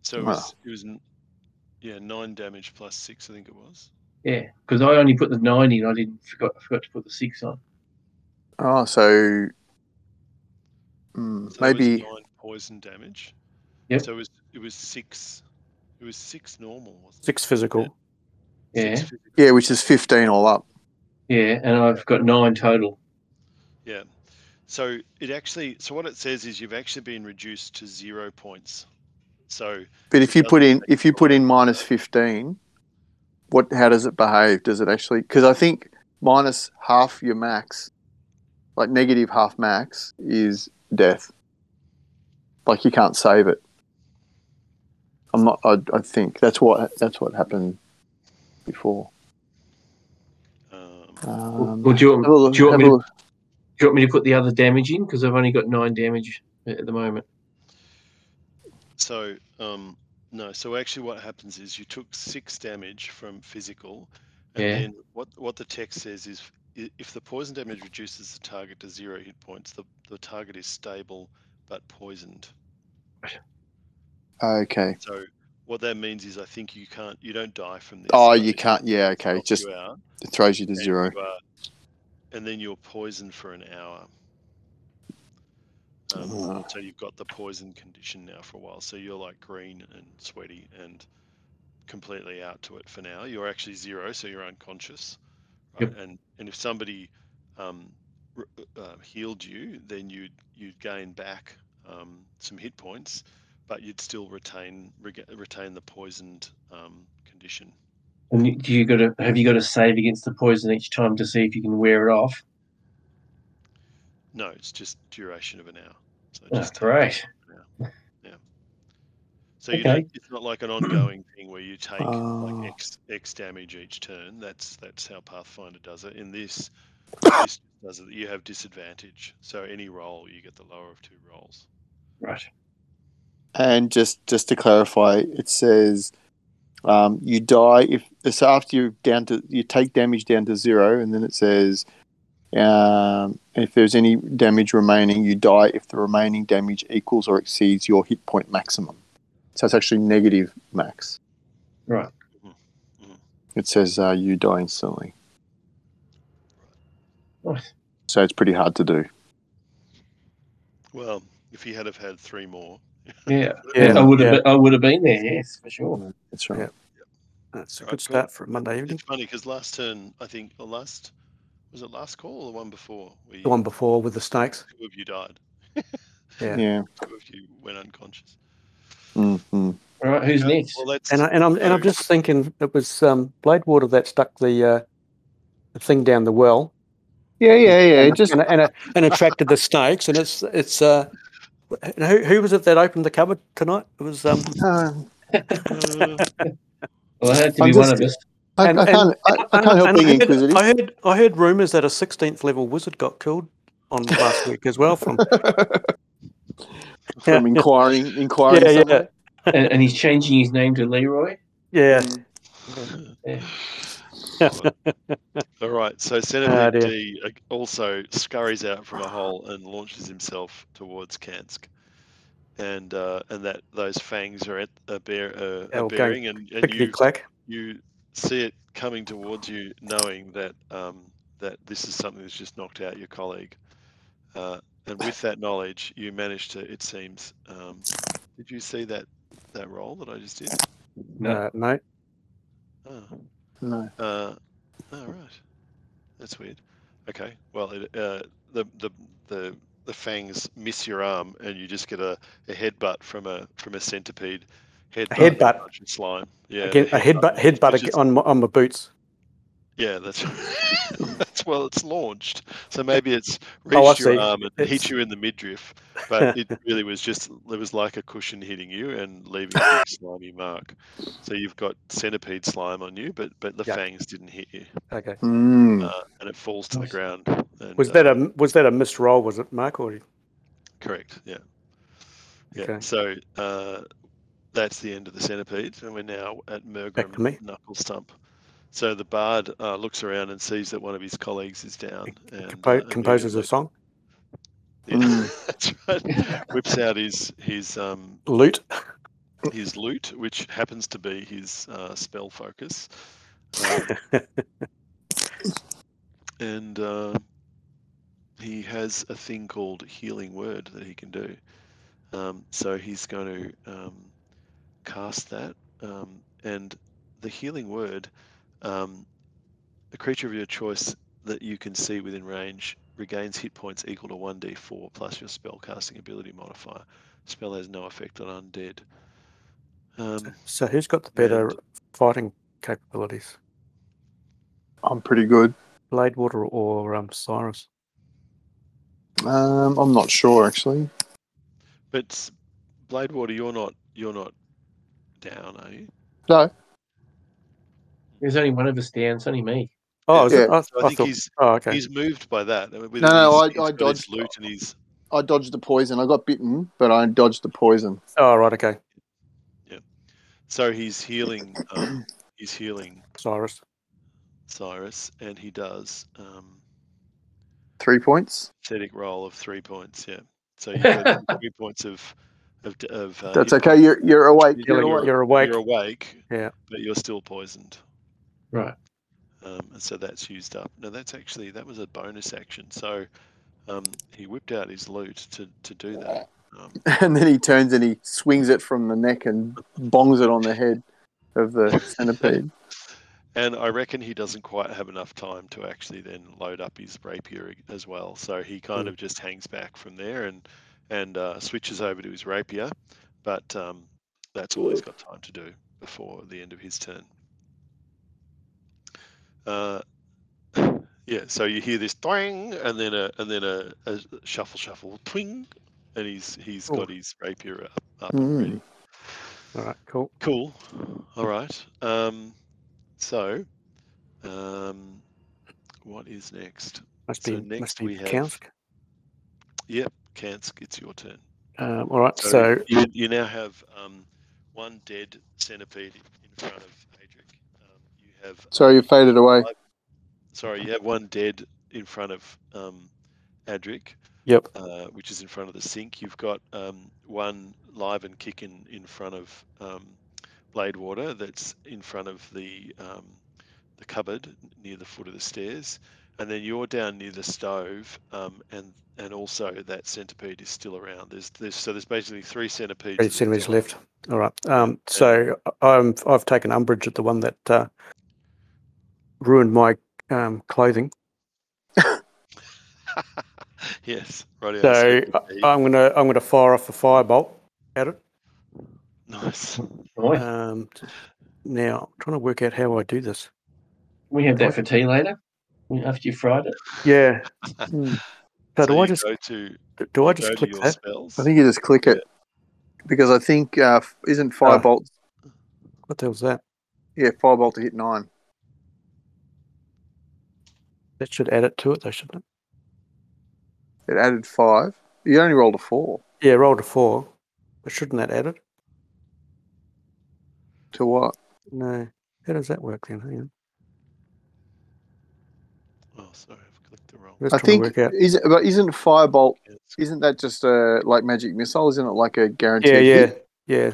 Speaker 1: So it
Speaker 4: Wow.
Speaker 1: was, it was, n- yeah, nine damage plus six, I think it was.
Speaker 3: Yeah, because I only put the nine in. I didn't forgot I forgot to put the six on.
Speaker 4: Oh, so mm,
Speaker 1: So it was
Speaker 4: maybe
Speaker 1: nine poison damage.
Speaker 3: Yep.
Speaker 1: So it was it was six, it was six normal, wasn't
Speaker 2: Six physical.
Speaker 1: it?
Speaker 3: Yeah,
Speaker 1: Six physical.
Speaker 4: yeah, which is fifteen all up.
Speaker 3: yeah, and I've got nine total.
Speaker 1: Yeah. So it actually, so what it says is you've actually been reduced to zero points. So
Speaker 4: But if you put in if you put in minus fifteen, what how does it behave? Does it actually? Because I think minus half your max, like negative half max, is death. Like you can't save it. I'm not. I, I think that's what that's what happened before.
Speaker 1: um,
Speaker 4: Um,
Speaker 3: Well, do you want-
Speaker 4: have a look-
Speaker 3: do you want
Speaker 4: have
Speaker 3: me
Speaker 4: a
Speaker 3: to-
Speaker 4: look.
Speaker 3: Do you want me to put the other damage in? Because I've only got nine damage at the moment.
Speaker 1: So, um, no. So actually, what happens is you took six damage from physical, and
Speaker 3: Yeah.
Speaker 1: then what what the text says is i- if the poison damage reduces the target to zero hit points, the the target is stable but poisoned.
Speaker 4: Okay.
Speaker 1: So what that means is I think you can't you don't die from this.
Speaker 4: Oh,
Speaker 1: so
Speaker 4: you
Speaker 1: it
Speaker 4: can't. Yeah. Okay.
Speaker 1: knocks
Speaker 4: Just
Speaker 1: you out,
Speaker 4: it throws you to
Speaker 1: and
Speaker 4: zero.
Speaker 1: you are- and then you're poisoned for an hour. Um,
Speaker 4: Ah.
Speaker 1: So you've got the poison condition now for a while. So you're like green and sweaty and completely out to it for now. You're actually zero, so you're unconscious. Right?
Speaker 3: Yep.
Speaker 1: And and if somebody um, r- uh, healed you, then you'd you'd gain back um, some hit points, but you'd still retain rega retain the poisoned um, condition.
Speaker 3: And you- do you got to have you got to save against the poison each time to see if you can wear it off?
Speaker 1: No, it's just duration of an hour. So
Speaker 3: Oh,
Speaker 1: just take-
Speaker 3: great.
Speaker 1: So you don't,
Speaker 3: Okay.
Speaker 1: it's not like an ongoing thing where you take
Speaker 4: Oh.
Speaker 1: like X X damage each turn. That's that's how Pathfinder does it. In this, this does it. You have disadvantage. So any roll, you get the lower of two rolls.
Speaker 3: Right.
Speaker 4: And just just to clarify, it says um, you die if it's after you're down to you take damage down to zero, and then it says um, if there's any damage remaining, you die if the remaining damage equals or exceeds your hit point maximum. So it's actually negative max.
Speaker 3: Right.
Speaker 1: Mhm, mhm.
Speaker 4: It says uh, you die instantly,
Speaker 3: Nice.
Speaker 4: so it's pretty hard to do.
Speaker 1: Well, if you had have had three more,
Speaker 3: Yeah.
Speaker 2: Yeah,
Speaker 3: I would have.
Speaker 2: yeah.
Speaker 3: I would have been there. Yes, for sure.
Speaker 4: That's right.
Speaker 2: Yeah. That's a
Speaker 1: Right,
Speaker 2: good
Speaker 1: cool.
Speaker 2: start for a Monday evening.
Speaker 1: it's funny because last turn, I think, or last was it last call or the one before? Where you,
Speaker 2: The one before with the snakes.
Speaker 1: Two of you died.
Speaker 2: Yeah.
Speaker 4: Yeah.
Speaker 1: Two of you went unconscious.
Speaker 4: Mm-hmm.
Speaker 3: All right. Who's
Speaker 1: Okay,
Speaker 3: next?
Speaker 1: Well, that's
Speaker 2: And I, and I'm and I'm
Speaker 1: so-
Speaker 2: just thinking it was um, Blade Water that stuck the uh, the thing down the well
Speaker 4: Yeah, yeah, yeah.
Speaker 2: and,
Speaker 4: Just
Speaker 2: and, and, and attracted the snakes and it's it's uh and who, who was it that opened the cupboard tonight? It was um
Speaker 4: um,
Speaker 1: uh,
Speaker 3: Well, it had to
Speaker 4: I'm
Speaker 3: be one of
Speaker 4: just-
Speaker 3: us.
Speaker 4: I,
Speaker 2: And-
Speaker 4: I can't. I, I
Speaker 2: and-
Speaker 4: can't help
Speaker 2: and
Speaker 4: being
Speaker 2: I heard-
Speaker 4: inquisitive.
Speaker 2: I heard I heard rumors that a 16th level wizard got killed on last week as well from
Speaker 4: from inquiring, inquiring.
Speaker 2: yeah,
Speaker 4: someone.
Speaker 3: and, and he's changing his name to Leroy.
Speaker 2: yeah.
Speaker 4: Mm.
Speaker 3: Yeah.
Speaker 1: All right, so
Speaker 2: Ah,
Speaker 1: Senator
Speaker 2: dear.
Speaker 1: D uh, also scurries out from a hole and launches himself towards Kansk, and uh, and that those fangs are at a bear uh,
Speaker 2: Yeah,
Speaker 1: are
Speaker 2: okay.
Speaker 1: bearing, and, and
Speaker 2: Clickety
Speaker 1: you
Speaker 2: clack.
Speaker 1: you see it coming towards you, knowing that um, that this is something that's just knocked out your colleague, uh, and with that knowledge, you manage to. It seems. Um, did you see that that roll that I just did?
Speaker 3: No.
Speaker 2: Uh, no.
Speaker 1: Oh.
Speaker 4: No.
Speaker 1: Uh, oh right, that's weird. Okay, well, it, uh, the the the the fangs miss your arm, and you just get a, a headbutt from a from a centipede. Headbutt. that
Speaker 2: headbutt.
Speaker 1: touches Slime. Yeah.
Speaker 2: Again, a headbutt headbutt
Speaker 1: It's
Speaker 2: again on my on my boots.
Speaker 1: Yeah, that's that's it's well, it's launched, so maybe it's reached
Speaker 2: Oh, I see.
Speaker 1: your arm and
Speaker 2: It's-
Speaker 1: hit you in the midriff, but it really was just it was like a cushion hitting you and leaving a big slimy mark. So you've got centipede slime on you, but but the
Speaker 2: Yeah.
Speaker 1: fangs didn't hit you,
Speaker 2: Okay.
Speaker 4: Mm.
Speaker 1: uh, and it falls to the
Speaker 3: Nice.
Speaker 1: ground. And,
Speaker 2: Hmm. Was
Speaker 1: uh,
Speaker 2: that a was that a missed roll? Was it Mark or
Speaker 1: Correct. Yeah. Yeah.
Speaker 2: Okay.
Speaker 1: So uh, that's the end of the centipede, and we're now at
Speaker 2: to me.
Speaker 1: Mergrim Knuckle Stump. So the bard uh, looks around and sees that one of his colleagues is down. And, uh,
Speaker 2: compo- composes a Hmm.
Speaker 1: immediately- Yeah,
Speaker 2: song?
Speaker 1: that's right. Whips out his his um,
Speaker 2: Loot.
Speaker 1: his loot, which happens to be his uh, spell focus. Um, and uh, he has a thing called healing word that he can do. Um, so he's going to um, cast that, um, and the healing word, um, a creature of your choice that you can see within range regains hit points equal to 1d4 plus your spell casting ability modifier. Spell has no effect on undead. Um,
Speaker 2: So who's got the better
Speaker 1: And-
Speaker 2: fighting capabilities?
Speaker 4: I'm pretty good.
Speaker 2: Blade Water or um, Cyrus?
Speaker 4: Um, I'm not sure actually.
Speaker 1: but s- Bladewater, you're not you're not down, are you?
Speaker 3: There's only one of us down. It's only me.
Speaker 2: Oh, is it-
Speaker 4: Yeah.
Speaker 2: I,
Speaker 1: So I,
Speaker 2: I
Speaker 1: think
Speaker 2: thought.
Speaker 1: he's
Speaker 2: Oh, okay.
Speaker 1: he's moved by that. No,
Speaker 4: No, no, I- I dodged-
Speaker 1: Loot and he's
Speaker 4: I dodged the poison. I got bitten, but I dodged the poison.
Speaker 2: Oh, right. Okay.
Speaker 1: so he's healing. Um, he's healing
Speaker 2: Cyrus.
Speaker 1: Cyrus, and he does um,
Speaker 4: Three points.
Speaker 1: aesthetic roll of three points. Yeah, so you get three points of of d- of. Uh,
Speaker 4: That's
Speaker 1: hit
Speaker 4: okay.
Speaker 1: points.
Speaker 4: You're you're awake.
Speaker 1: You're
Speaker 4: You're
Speaker 2: You're,
Speaker 1: awake.
Speaker 4: awake.
Speaker 2: you're awake.
Speaker 1: You're awake.
Speaker 2: Yeah.
Speaker 1: but you're still poisoned.
Speaker 3: Right.
Speaker 1: Um, and so that's used up. No, that's actually that was a bonus action. So um, he whipped out his loot to to do that. Um,
Speaker 4: And then he turns and he swings it from the neck and bongs it on the head of the centipede.
Speaker 1: And I reckon he doesn't quite have enough time to actually then load up his rapier ag- as well. So he kind
Speaker 2: Mm.
Speaker 1: of just hangs back from there and and uh, switches over to his rapier, but um, that's all he's got time to do before the end of his turn. Uh, yeah. So you hear this twang, and then a and then a, a shuffle, shuffle, twing, and he's he's
Speaker 2: Oh.
Speaker 1: got his rapier up, up and
Speaker 4: Mm.
Speaker 1: ready.
Speaker 2: All right. Cool.
Speaker 1: Cool. All right. Um, so, um, what is next?
Speaker 2: Must
Speaker 1: So
Speaker 2: be
Speaker 1: next
Speaker 2: must be
Speaker 1: we have-
Speaker 2: Kansk.
Speaker 1: Yep, Kansk, it's your turn.
Speaker 2: Um, all right. So,
Speaker 1: you, you now have um, one dead centipede in front of Adric. Um, you have
Speaker 4: Sorry, you faded away.
Speaker 1: sorry, you have one dead in front of um, Adric.
Speaker 2: Yep.
Speaker 1: Uh, which is in front of the sink. You've got um, one live and kicking in front of um, Bladewater. That's in front of the um, the cupboard n- near the foot of the stairs, and then you're down near the stove. Um, and and also that centipede is still around. There's there's so there's basically three centipedes.
Speaker 2: three
Speaker 1: at the
Speaker 2: centimeters
Speaker 1: top.
Speaker 2: left. All right. Um, so I- I'm I've taken umbrage at the one that uh, ruined my um, clothing.
Speaker 1: yes, right.
Speaker 2: So uh, I'm gonna I'm gonna fire off a firebolt at it.
Speaker 1: nice.
Speaker 3: Right.
Speaker 4: Uh,
Speaker 2: Um, now I'm trying to work out how I do this.
Speaker 3: we have that for tea later. After you fried it.
Speaker 2: Yeah. Hmm. So, do
Speaker 1: you
Speaker 2: I just
Speaker 1: go to
Speaker 2: do I
Speaker 1: you
Speaker 2: just
Speaker 1: go to
Speaker 2: click
Speaker 1: your
Speaker 2: that?
Speaker 1: spells?
Speaker 4: I think you just click it because I think uh, f- isn't
Speaker 2: Ah.
Speaker 4: firebolt?
Speaker 2: What the hell's that?
Speaker 4: Yeah, firebolt to hit nine.
Speaker 2: That should add it to it, though, shouldn't it?
Speaker 4: It added five. You only rolled a four
Speaker 2: Yeah, rolled a four, but shouldn't that add it?
Speaker 4: to what?
Speaker 2: No. How does that work then? Hang on.
Speaker 1: Oh, sorry, I've clicked the wrong.
Speaker 2: I'm just
Speaker 4: I
Speaker 2: trying
Speaker 4: think
Speaker 2: to work out.
Speaker 4: is but isn't firebolt?
Speaker 1: Kansk.
Speaker 4: Isn't that just a like magic missile? Isn't it like a guaranteed?
Speaker 2: Yeah, yeah,
Speaker 4: hit?
Speaker 2: yeah.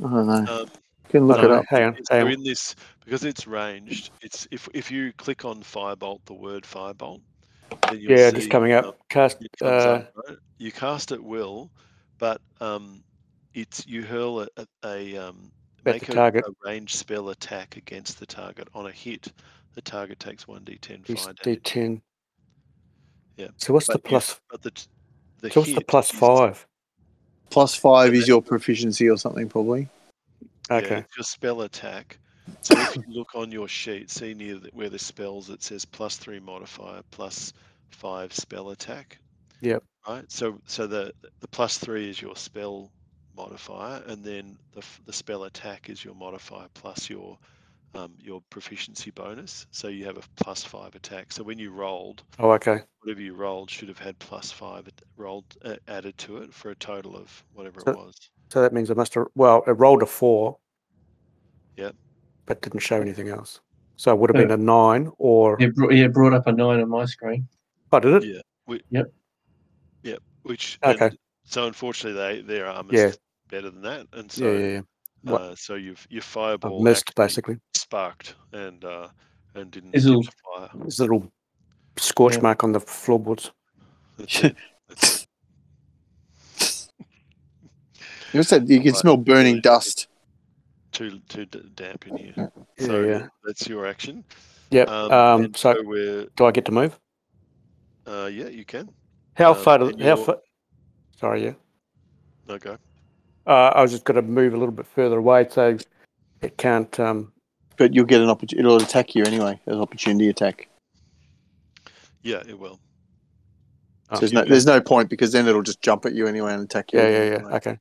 Speaker 4: I don't know.
Speaker 1: Um,
Speaker 4: You can look
Speaker 2: No,
Speaker 4: it
Speaker 2: no,
Speaker 4: up.
Speaker 2: Hang on,
Speaker 1: Is
Speaker 2: hang
Speaker 1: So
Speaker 2: on.
Speaker 1: in this, because it's ranged, it's if if you click on firebolt, the word firebolt, then you'll
Speaker 2: Yeah,
Speaker 1: see,
Speaker 2: just coming
Speaker 1: um,
Speaker 2: up. Cast.
Speaker 1: it comes
Speaker 2: Uh,
Speaker 1: up, right? You cast at will, but um, it's you hurl a, a, a um,
Speaker 2: the
Speaker 1: make a,
Speaker 2: target.
Speaker 1: a range spell attack against the target on a hit. The target takes one d10
Speaker 2: Yes,
Speaker 1: fire damage,
Speaker 2: D10.
Speaker 1: Yeah,
Speaker 2: So what's the
Speaker 1: but you-
Speaker 2: plus?
Speaker 1: but the t- the
Speaker 2: So what's the
Speaker 1: hit
Speaker 2: plus
Speaker 1: is-
Speaker 2: five?
Speaker 4: Plus five is your proficiency or something probably.
Speaker 1: yeah,
Speaker 2: Okay.
Speaker 1: it's your spell attack, So if you look on your sheet, see near the, where the spells, it says plus three modifier, plus five spell attack.
Speaker 2: Yep.
Speaker 1: Right. So so the the plus three is your spell modifier, and then the f- the spell attack is your modifier plus your um, your proficiency bonus. So you have a plus five attack. So when you rolled,
Speaker 2: Oh, okay.
Speaker 1: whatever you rolled should have had plus five at- rolled uh, added to it for a total of whatever it
Speaker 2: So-
Speaker 1: was.
Speaker 2: So that means I must have. Well, it rolled a four.
Speaker 1: Yep.
Speaker 2: But didn't show anything else. So it would have been a nine or.
Speaker 3: It, br- Oh. yeah, it brought up a nine on my screen.
Speaker 2: Oh, did it?
Speaker 1: Yeah. We,
Speaker 3: Yep.
Speaker 1: Yep. Which
Speaker 2: Okay.
Speaker 1: and so unfortunately they their armor
Speaker 2: Yeah.
Speaker 1: is better than that, and
Speaker 2: Yeah,
Speaker 1: so
Speaker 2: yeah, yeah. What-
Speaker 1: uh, so you've your
Speaker 2: I
Speaker 1: fireball
Speaker 2: missed
Speaker 1: actually
Speaker 2: basically.
Speaker 1: sparked and uh, and didn't
Speaker 3: Is
Speaker 1: catch
Speaker 3: it-
Speaker 1: fire.
Speaker 2: This little scorch
Speaker 3: Yeah.
Speaker 2: mark on the floorboards.
Speaker 1: That's it. That's it.
Speaker 4: You said you can
Speaker 1: Right.
Speaker 4: smell burning dust.
Speaker 1: Too too d- damp in here.
Speaker 2: Yeah,
Speaker 1: So
Speaker 2: yeah.
Speaker 1: that's your action.
Speaker 2: Yep.
Speaker 1: Um,
Speaker 2: Um,
Speaker 1: and
Speaker 2: so,
Speaker 1: so we're
Speaker 2: do I get to move?
Speaker 1: uh, yeah, you can.
Speaker 2: How
Speaker 1: Um,
Speaker 2: far?
Speaker 1: and
Speaker 2: Do, how
Speaker 1: you're-
Speaker 2: far? Sorry, yeah.
Speaker 1: No go.
Speaker 2: Uh, I was just going to move a little bit further away so it can't. Um,
Speaker 4: But you'll get an opportunity. It'll attack you anyway. An opportunity attack.
Speaker 1: Yeah, it will.
Speaker 2: Oh,
Speaker 4: So there's no
Speaker 1: yeah.
Speaker 4: there's no point because then it'll just jump at you anyway and attack you.
Speaker 2: yeah, yeah,
Speaker 4: again
Speaker 2: yeah.
Speaker 4: anyway.
Speaker 2: Okay.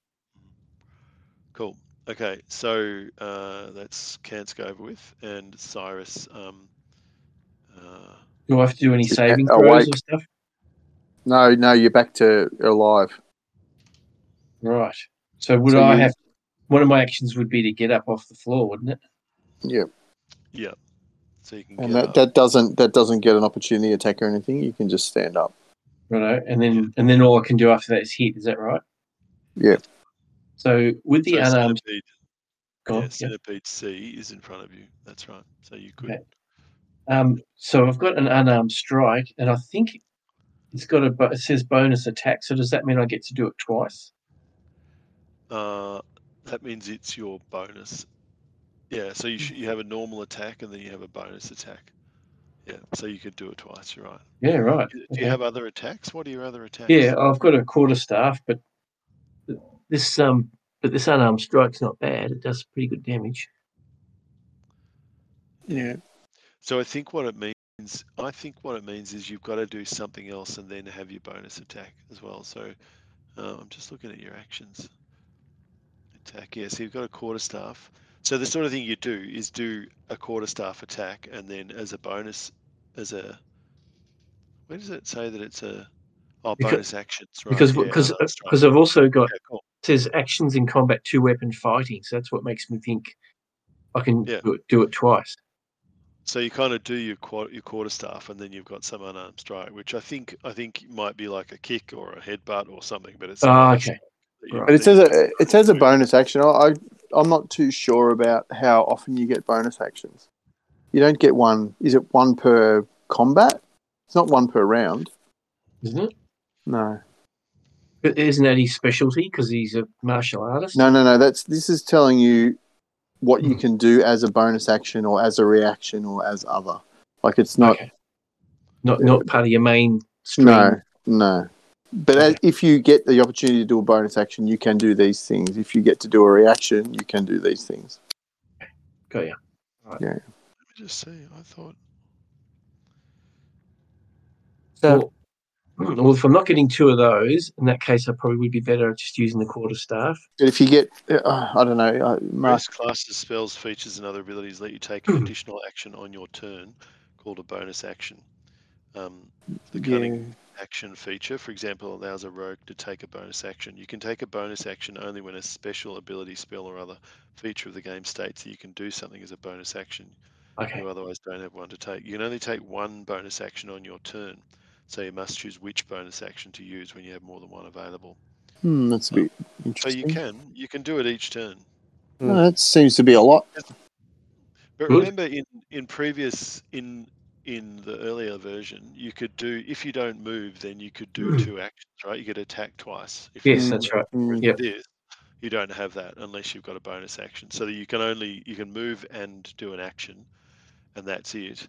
Speaker 1: Cool. Okay, so uh, that's Kansk over with, and Cyrus. Um, uh,
Speaker 3: Do I have to do any
Speaker 4: Is it
Speaker 3: saving
Speaker 4: a-
Speaker 3: throws
Speaker 4: awake?
Speaker 3: or stuff?
Speaker 4: No, no, you're back to alive.
Speaker 3: Right. So would
Speaker 4: So
Speaker 3: I
Speaker 4: you-
Speaker 3: have one of my actions would be to get up off the floor, wouldn't it?
Speaker 1: yeah. So you can get
Speaker 4: And that,
Speaker 1: up.
Speaker 4: that doesn't that doesn't get an opportunity attack or anything. You can just stand up.
Speaker 3: Right. And then and then all I can do after that is hit. Is that right?
Speaker 4: Yeah.
Speaker 3: So with the
Speaker 1: So
Speaker 3: unarmed,
Speaker 1: centipede,
Speaker 3: go on,
Speaker 1: yeah,
Speaker 3: yeah.
Speaker 1: centipede C is in front of you. That's right. So you could.
Speaker 3: Okay. Um, so I've got an unarmed strike, and I think it's got a bo- it says bonus attack. So does that mean I get to do it twice?
Speaker 1: Uh, that means it's your bonus. Yeah. So
Speaker 3: Hmm.
Speaker 1: you sh- you have a normal attack, and then you have a bonus attack. Yeah. So you could do it twice. You're right.
Speaker 3: Yeah, right.
Speaker 1: Do
Speaker 3: Okay.
Speaker 1: you have other attacks? What are your other attacks?
Speaker 3: Yeah, I've got a quarter staff, but th- this um, but this unarmed strike's not bad. It does pretty good damage.
Speaker 4: Yeah.
Speaker 1: So I think what it means, I think what it means is you've got to do something else and then have your bonus attack as well. So uh, I'm just looking at your actions. Attack, yeah. So you've got a quarter staff. So the sort of thing you do is do a quarter staff attack and then as a bonus, as a where does it say that it's a oh
Speaker 3: Because-
Speaker 1: bonus actions right?
Speaker 3: because
Speaker 1: yeah,
Speaker 3: because
Speaker 1: unarmed strike.
Speaker 3: because I've also got
Speaker 1: okay, cool.
Speaker 3: it says actions in combat two weapon fighting, so that's what makes me think I can
Speaker 1: Yeah.
Speaker 3: do, it, do it twice.
Speaker 1: So you kind of do your quarter, your quarter staff, and then you've got some unarmed strike, which I think I think might be like a kick or a headbutt or something. But it's a
Speaker 3: Ah,
Speaker 1: bonus
Speaker 3: okay.
Speaker 1: that you-
Speaker 3: Right.
Speaker 4: But it
Speaker 1: that you
Speaker 4: says
Speaker 1: can
Speaker 4: a, it says a
Speaker 1: do.
Speaker 4: bonus action. I, I I'm not too sure about how often you get bonus actions. You don't get one. Is it one per combat? It's not one per round.
Speaker 3: Isn't it?
Speaker 4: No.
Speaker 3: But isn't that his specialty? Because he's a martial artist.
Speaker 4: No, no, no. That's this is telling you what you can do as a bonus action or as a reaction or as other. Like it's not
Speaker 3: Okay. Not not part of your main stream.
Speaker 4: No, no. But as, if you get the opportunity to do a bonus action, you can do these things. If you get to do a reaction, you can do these things.
Speaker 3: Got ya.
Speaker 1: Let me just see. I thought.
Speaker 2: So,
Speaker 3: Well, well, if I'm not getting two of those, in that case, I probably would be better at just using the quarter staff.
Speaker 4: But if you get, uh, I don't know, uh, Mark,
Speaker 1: Most classes, spells, features, and other abilities let you take
Speaker 4: Hmm.
Speaker 1: an additional action on your turn, called a bonus action. Um, the cunning action feature, for example, allows a rogue to take a bonus action. You can take a bonus action only when a special ability, spell, or other feature of the game states that you can do something as a bonus action.
Speaker 3: Okay.
Speaker 1: You otherwise don't have one to take. You can only take one bonus action on your turn, so you must choose which bonus action to use when you have more than one available.
Speaker 4: hmm, that's a bit
Speaker 1: So you
Speaker 4: interesting.
Speaker 1: can you can do it each turn.
Speaker 4: Oh, that seems to be a lot.
Speaker 1: But
Speaker 3: Good.
Speaker 1: remember, in in previous in in the earlier version, you could do if you don't move, then you could do two actions, right? You could attack twice. If you
Speaker 3: Hmm. Yes,
Speaker 1: move.
Speaker 3: that's right.
Speaker 4: Mm,
Speaker 3: Yep.
Speaker 1: This you don't have that unless you've got a bonus action. So that you can only you can move and do an action, and that's it.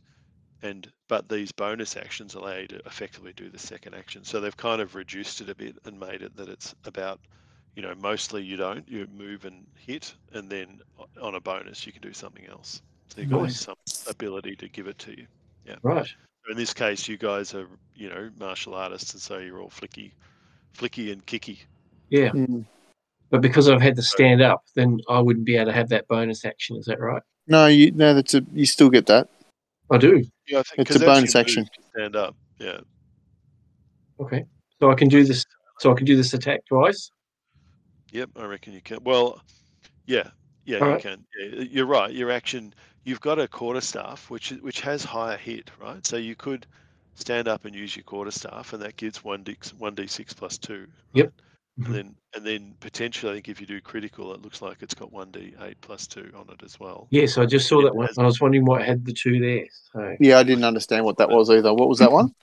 Speaker 1: And but these bonus actions allow you to effectively do the second action. So they've kind of reduced it a bit and made it that it's about you know, mostly you don't. You move and hit, and then o- on a bonus you can do something else. So you've got
Speaker 3: Nice.
Speaker 1: some ability to give it to you.
Speaker 3: Right.
Speaker 1: In this case, you guys are you know martial artists, and so you're all flicky, flicky and kicky.
Speaker 4: Hmm.
Speaker 3: But because I've had to stand up, then I wouldn't be able to have that bonus action. Is that right?
Speaker 4: No, you no, that's a you still get that.
Speaker 3: I do.
Speaker 1: Yeah, I think,
Speaker 4: It's
Speaker 1: 'cause
Speaker 4: a
Speaker 1: that's your
Speaker 4: bonus
Speaker 1: move,
Speaker 4: action.
Speaker 1: to Stand up. Yeah.
Speaker 3: Okay. So I can do this. So I can do this attack twice.
Speaker 1: Yep, I reckon you can. Well, yeah, yeah, you
Speaker 3: Alright.
Speaker 1: can. Yeah, you're right. Your action, you've got a quarter staff, which i- which has higher hit, right? So you could stand up and use your quarter staff, and that gives one d one d six plus two.
Speaker 3: Yep.
Speaker 1: right?
Speaker 3: Mhm.
Speaker 1: And then and then potentially, I think if you do critical, it looks like it's got one d eight plus two on it as well.
Speaker 3: Yes, I just saw
Speaker 1: It
Speaker 3: that one.
Speaker 1: has-
Speaker 3: and I was wondering why it had the two there. So
Speaker 4: Yeah, I didn't understand what that was either. What was that one?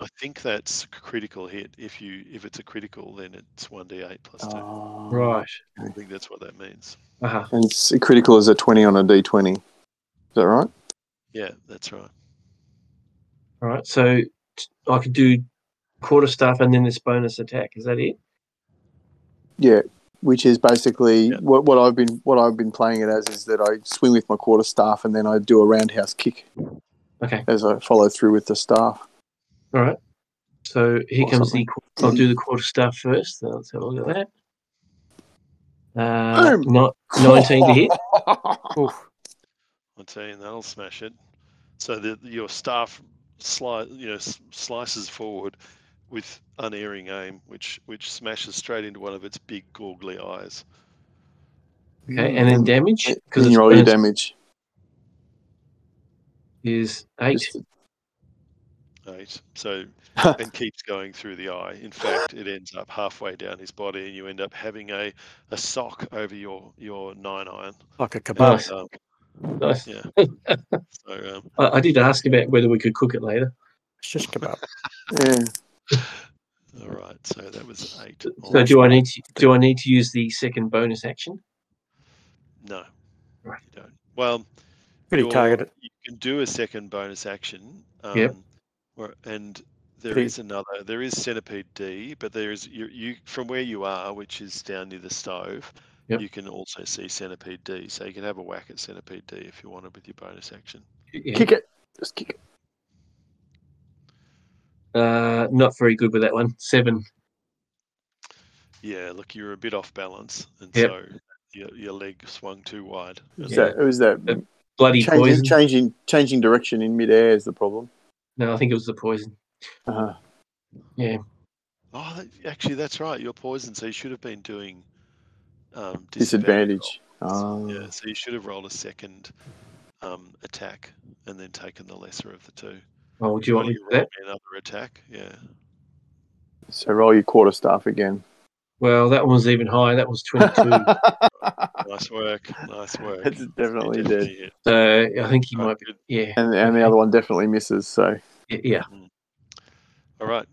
Speaker 1: I think that's a critical hit. If you if it's a critical, then it's one d eight plus
Speaker 3: Ah.
Speaker 1: two.
Speaker 3: right.
Speaker 1: I think that's what that means.
Speaker 3: Uh huh.
Speaker 4: And it's a critical is a twenty on a D twenty. Is that right?
Speaker 1: Yeah, that's right.
Speaker 3: All right. So t- I could do quarter staff and then this bonus attack. Is that it?
Speaker 4: Yeah. Which is basically
Speaker 1: Yeah.
Speaker 4: what, what I've been what I've been playing it as is that I swing with my quarter staff and then I do a roundhouse kick
Speaker 3: Okay.
Speaker 4: as I follow through with the staff.
Speaker 3: All right. So here
Speaker 4: Or
Speaker 3: comes
Speaker 4: something.
Speaker 3: the. qu- I'll do the quarter staff first. So let's have a look at that. Uh,
Speaker 4: Boom.
Speaker 3: not 19 to hit.
Speaker 2: Oof.
Speaker 1: I'll tell you, and that'll smash it. So that your staff slice, you know, s- slices forward with unerring aim, which which smashes straight into one of its big googly eyes.
Speaker 3: Okay. And then damage because
Speaker 4: Then
Speaker 3: it's
Speaker 4: Mm. you roll your
Speaker 3: bonus
Speaker 4: damage.
Speaker 3: is eight.
Speaker 4: Just-
Speaker 1: Eight. So and keeps going through the eye. In fact, it ends up halfway down his body, and you end up having a, a sock over your your nine iron.
Speaker 2: Like a kebab.
Speaker 3: Nice.
Speaker 1: Um,
Speaker 3: Nice.
Speaker 1: yeah. so um,
Speaker 3: I, I did ask about whether we could cook it later.
Speaker 2: It's just kebab.
Speaker 4: yeah.
Speaker 1: all right. So that was eight.
Speaker 4: Oh,
Speaker 3: So do I need to, do I need to use the second bonus action?
Speaker 1: No.
Speaker 3: Right.
Speaker 1: You don't. Well,
Speaker 2: Pretty
Speaker 1: your-
Speaker 2: targeted.
Speaker 1: You can do a second bonus action. Um,
Speaker 3: Yep.
Speaker 1: where- and there is
Speaker 2: Pretty-
Speaker 1: another. There is Centipede D, but there is you, you from where you are, which is down near the stove.
Speaker 3: Yep.
Speaker 1: You can also see Centipede D, so you can have a whack at Centipede D if you wanted with your bonus action.
Speaker 3: Yeah.
Speaker 4: Kick it. Just kick it.
Speaker 3: Uh, not very good with that one. Seven.
Speaker 1: Yeah, look, you're a bit off balance, and
Speaker 3: Yep.
Speaker 1: so your, your leg swung too wide.
Speaker 4: It was
Speaker 3: Yeah.
Speaker 4: that, it was that
Speaker 3: The Bloody
Speaker 4: changing,
Speaker 3: poison.
Speaker 4: changing, changing direction in midair is the problem.
Speaker 3: No, I think it was the poison.
Speaker 4: Uh-huh.
Speaker 3: Yeah.
Speaker 1: Oh, that- actually, that's right. You're poisoned, so you should have been doing um,
Speaker 4: Disadvantage.
Speaker 1: rolls.
Speaker 4: Ah.
Speaker 3: Um,
Speaker 1: Yeah, so you should have rolled a second um, attack and then taken the lesser of the two.
Speaker 3: Oh, do you want
Speaker 1: Wanna
Speaker 3: me to do that?
Speaker 1: roll me another attack? Yeah.
Speaker 4: So roll your quarter staff again.
Speaker 3: Well, that one was even higher. That was 22.
Speaker 1: Nice work. Nice work.
Speaker 4: That's
Speaker 1: You
Speaker 4: definitely dead.
Speaker 1: hit.
Speaker 3: so I think you
Speaker 1: All right,
Speaker 3: might be.
Speaker 1: good.
Speaker 3: Yeah.
Speaker 4: And, and the other one definitely misses. So
Speaker 3: y- Yeah.
Speaker 1: All right.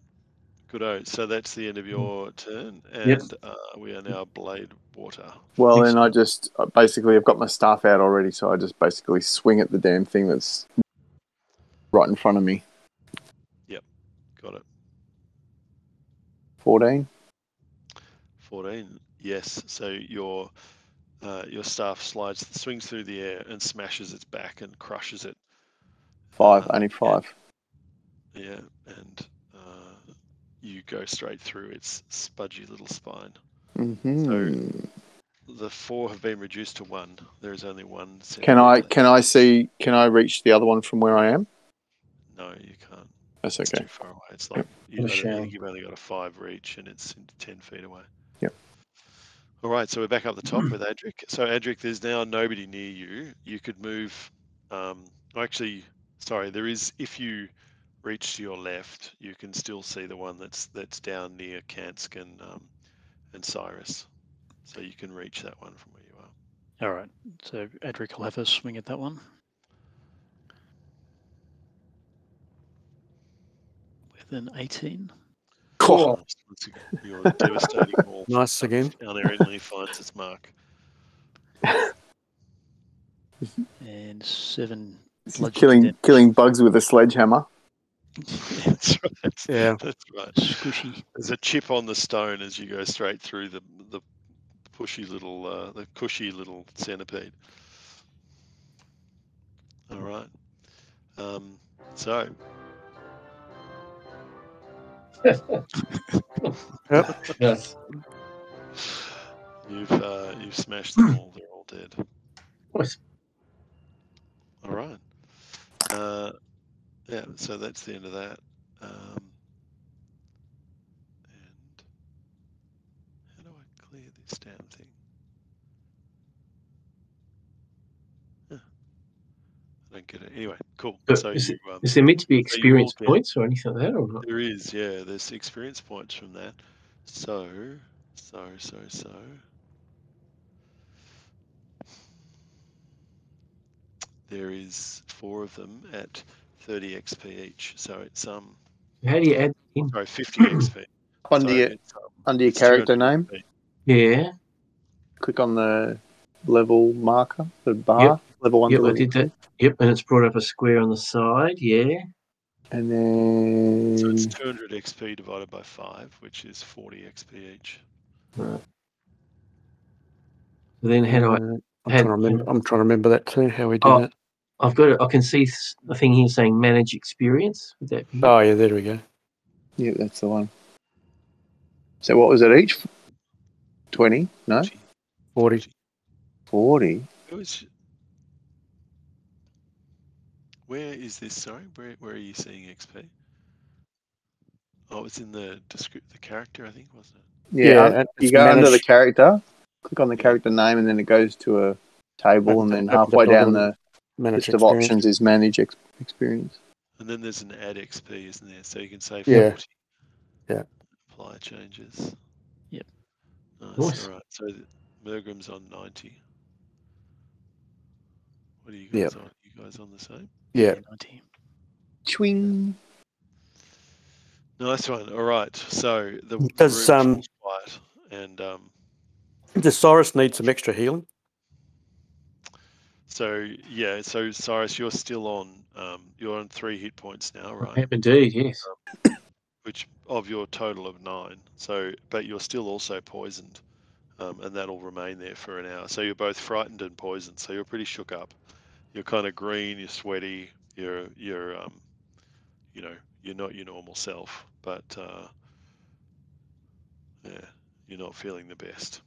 Speaker 1: Good. So that's the
Speaker 3: Mm.
Speaker 1: end of your turn, and uh, we are now Blade Water.
Speaker 4: well, then I just uh, basically I've got my staff out already, so I just basically swing at the damn thing that's right in front of me.
Speaker 1: Got it.
Speaker 4: Fourteen.
Speaker 1: Fourteen. Yes. So your uh, your staff slides, swings through the air, and smashes its back and crushes it.
Speaker 4: Five.
Speaker 1: Uh,
Speaker 4: Only five.
Speaker 1: Yeah, and uh, you go straight through its spudgy little spine.
Speaker 4: hmm
Speaker 1: The four have been reduced to one. There is only one.
Speaker 4: Can I?
Speaker 1: centipede
Speaker 4: Can I see? Can I reach the other one from where I am?
Speaker 1: left. No, you can't.
Speaker 4: That's
Speaker 1: It's
Speaker 4: okay.
Speaker 1: too far away. It's like you
Speaker 3: What a
Speaker 1: I don't- I
Speaker 3: shame.
Speaker 1: think you've only got a five reach, and it's in- ten feet away.
Speaker 4: Yep.
Speaker 1: All right, so we're back up the top with Adric. So Adric, there's now nobody near you. You could move. Um, oh, actually, sorry, there is. If you reach to your left, you can still see the one that's that's down near Kansk and um, and Cyrus. So you can reach that one from where you are.
Speaker 6: All right. So Adric will have a swing at that one. With an 18.
Speaker 1: Cool. Your devastating maul
Speaker 2: Nice again.
Speaker 1: unerringly finds its mark.
Speaker 6: and seven.
Speaker 4: This is
Speaker 6: bludgeoning
Speaker 4: killing
Speaker 6: damage.
Speaker 4: killing bugs with a sledgehammer.
Speaker 1: That's right.
Speaker 2: Yeah.
Speaker 1: That's right.
Speaker 6: Squishy.
Speaker 1: There's a chip on the stone as you go straight through the the pushy little uh, the cushy little centipede. All right. Um, so
Speaker 3: Yes.
Speaker 1: you've uh, you've smashed them all. They're all dead.
Speaker 3: Nice.
Speaker 1: All right. Uh, yeah, so that's the end of that. Um, and how do I clear this damn thing? Huh. I don't get it. Anyway, cool.
Speaker 3: But
Speaker 1: So
Speaker 3: is
Speaker 1: you, um,
Speaker 3: Is there meant to
Speaker 1: So
Speaker 3: be
Speaker 1: you
Speaker 3: experience
Speaker 1: walked in.
Speaker 3: points or anything like that or not?
Speaker 1: there is, yeah, there's experience points from that. So, so, so, so. There is four of them at 30 XP each. So it's um,
Speaker 3: How do you add in?
Speaker 1: sorry, 50 XP.
Speaker 4: Under
Speaker 1: Sorry,
Speaker 4: your
Speaker 1: it's, um,
Speaker 4: under your
Speaker 1: it's 200
Speaker 4: character name,
Speaker 1: XP.
Speaker 3: Yeah.
Speaker 4: click on the level marker, the bar, level one
Speaker 3: Yep, I
Speaker 4: to level
Speaker 3: did that. Yep, and it's brought up a square on the side. Yeah.
Speaker 4: and
Speaker 1: So it's
Speaker 4: then
Speaker 1: 200 XP divided by five, which is 40 XP each.
Speaker 3: Then how do I?
Speaker 2: Uh, I'm trying
Speaker 3: had-
Speaker 2: to remember. I'm trying to remember that too. How we do
Speaker 3: Oh.
Speaker 2: that?
Speaker 3: I've got. it. I can see s- the thing here saying manage experience. Would that be?
Speaker 2: Oh yeah, there we go.
Speaker 4: yeah, that's the one. So what was it each? Twenty? No,
Speaker 2: Forty.
Speaker 4: forty.
Speaker 1: Who is- Where is this? Sorry, where where are you seeing XP? Oh, it's in the descri- the character, I think, wasn't it?
Speaker 4: Yeah, un-
Speaker 2: and
Speaker 4: you
Speaker 2: it's
Speaker 4: go under the
Speaker 2: managed-
Speaker 4: character, click on the
Speaker 1: Yeah.
Speaker 4: character name, and then it goes to a table,
Speaker 2: Open-
Speaker 4: and then
Speaker 2: open the
Speaker 4: halfway down
Speaker 2: document.
Speaker 4: the
Speaker 2: managed
Speaker 4: list of
Speaker 2: experience.
Speaker 4: options is manage ex- experience.
Speaker 1: And then there's an add XP, isn't there? So you can say 40.
Speaker 2: Yeah. Yeah.
Speaker 1: Apply changes.
Speaker 6: Yep.
Speaker 1: Nice.
Speaker 3: Nice.
Speaker 1: All right. So th- Mergrim's on 90. What are you
Speaker 2: Yep.
Speaker 1: guys on? You guys on the same?
Speaker 2: Yeah.
Speaker 6: 90.
Speaker 4: Twing.
Speaker 1: Nice one. All right. So the w-
Speaker 2: Does,
Speaker 1: room
Speaker 2: um,
Speaker 1: falls quiet and um,
Speaker 2: Does Cyrus need some extra healing?
Speaker 1: So yeah, so Cyrus, you're still on. Um, you're on three hit points now,
Speaker 3: I
Speaker 1: right?
Speaker 3: am indeed. Yes.
Speaker 1: Which of your total of nine. So, but you're still also poisoned, um, and that'll remain there for an hour. So you're both frightened and poisoned. So you're pretty shook up. You're kind of green. You're sweaty. You're you're um, you know, you're not your normal self. But uh, yeah, you're not feeling the best.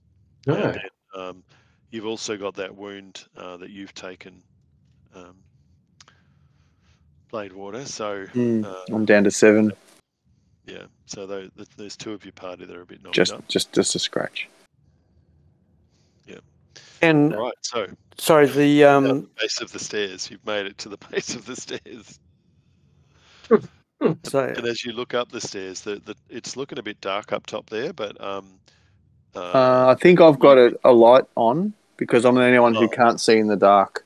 Speaker 3: No.
Speaker 1: And then, um, you've also got that wound uh, that you've taken, um, Blade Water. So uh,
Speaker 4: I'm down to seven.
Speaker 1: yeah, so tho- th there's two of your party that are a bit knocked
Speaker 4: Just,
Speaker 1: up.
Speaker 4: just, just a scratch.
Speaker 2: And
Speaker 1: All right, so
Speaker 2: sorry, the
Speaker 1: down
Speaker 2: um,
Speaker 1: the base of the stairs, you've made it to the base of the stairs.
Speaker 2: so
Speaker 1: And as you look up the stairs, the, the it's looking a bit dark up top there, but um, uh,
Speaker 4: Uh, I think I've got a, a light on because I'm the only one
Speaker 1: Oh.
Speaker 4: who can't see in the dark.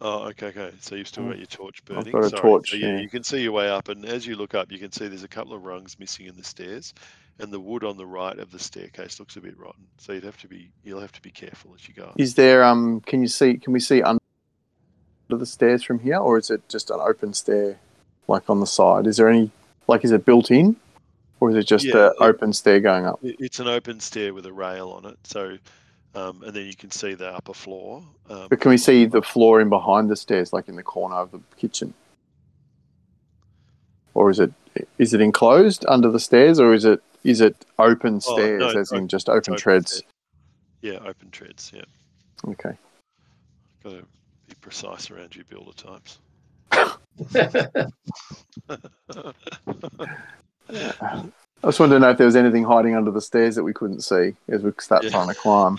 Speaker 1: Oh, okay, okay. So you've still got your torch burning.
Speaker 4: Mm. got a
Speaker 1: Sorry.
Speaker 4: torch,
Speaker 1: So you,
Speaker 4: yeah.
Speaker 1: you can see your way up, and as you look up, you can see there's a couple of rungs missing in the stairs, and the wood on the right of the staircase looks a bit rotten. So you'd have to be you'll have to be careful as you go. Up.
Speaker 4: Is there? Um, can you see? Can we see under the stairs from here, or is it just an open stair, like on the side? Is there any? Like, is it built in, or is it just
Speaker 1: Yeah,
Speaker 4: an
Speaker 1: it-
Speaker 4: open stair going up?
Speaker 1: It- It's an open stair with a rail on it, so um, and then you can see the upper floor. Um,
Speaker 4: But can we see the floor in behind the stairs, like in the corner of the kitchen? Or is it is it enclosed under the stairs, or is it is it open
Speaker 1: Oh, no,
Speaker 4: stairs,
Speaker 1: it's
Speaker 4: as in
Speaker 1: open-
Speaker 4: just
Speaker 1: it's
Speaker 4: open treads?
Speaker 1: stairs. Yeah, open treads. Yeah,
Speaker 4: Okay.
Speaker 1: got to be precise around your builder types.
Speaker 4: I just wanted to know if there was anything hiding under the stairs that we couldn't see as we start
Speaker 1: Yeah.
Speaker 4: trying to climb.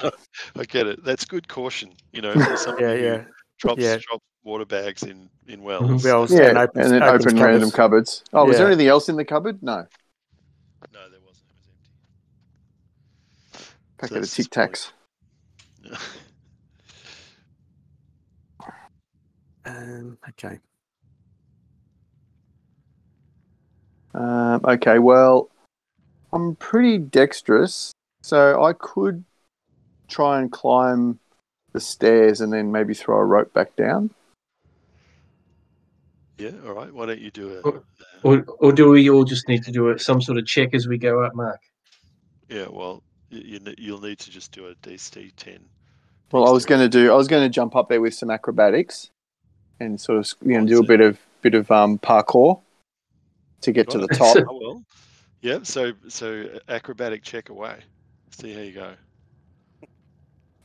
Speaker 1: I get it. That's good caution. You know, for somebody
Speaker 2: yeah,
Speaker 1: who
Speaker 2: yeah,
Speaker 1: drops
Speaker 2: Yeah.
Speaker 1: drops water bags in in wells.
Speaker 2: Wells,
Speaker 1: That's-
Speaker 4: Yeah,
Speaker 2: And opens-
Speaker 4: and then
Speaker 2: opens
Speaker 4: open
Speaker 2: cupboards.
Speaker 4: random cupboards. Oh, was
Speaker 2: Yeah.
Speaker 4: there anything else in the cupboard? No.
Speaker 1: No, there wasn't. It was empty.
Speaker 4: Packet
Speaker 1: that's
Speaker 4: of Tic Tacs.
Speaker 1: Yeah.
Speaker 2: um, okay.
Speaker 4: Um, okay, well, I'm pretty dexterous, so I could try and climb the stairs and then maybe throw a rope back down.
Speaker 1: Yeah. All right. Why don't you do a,
Speaker 3: Oh.
Speaker 1: a
Speaker 3: Or, or do we all just need to do it, some sort of check as we go up, Mark?
Speaker 1: Yeah, well, y- you, ne- you'll need to just do a DC 10.
Speaker 4: Well, I was going to do. I was going to jump up there with some acrobatics, and sort of you know do a bit of bit of um, parkour to get to the
Speaker 1: Got it.
Speaker 4: top.
Speaker 1: I will. Yeah, Oh, so so uh, acrobatic check away. See how you go.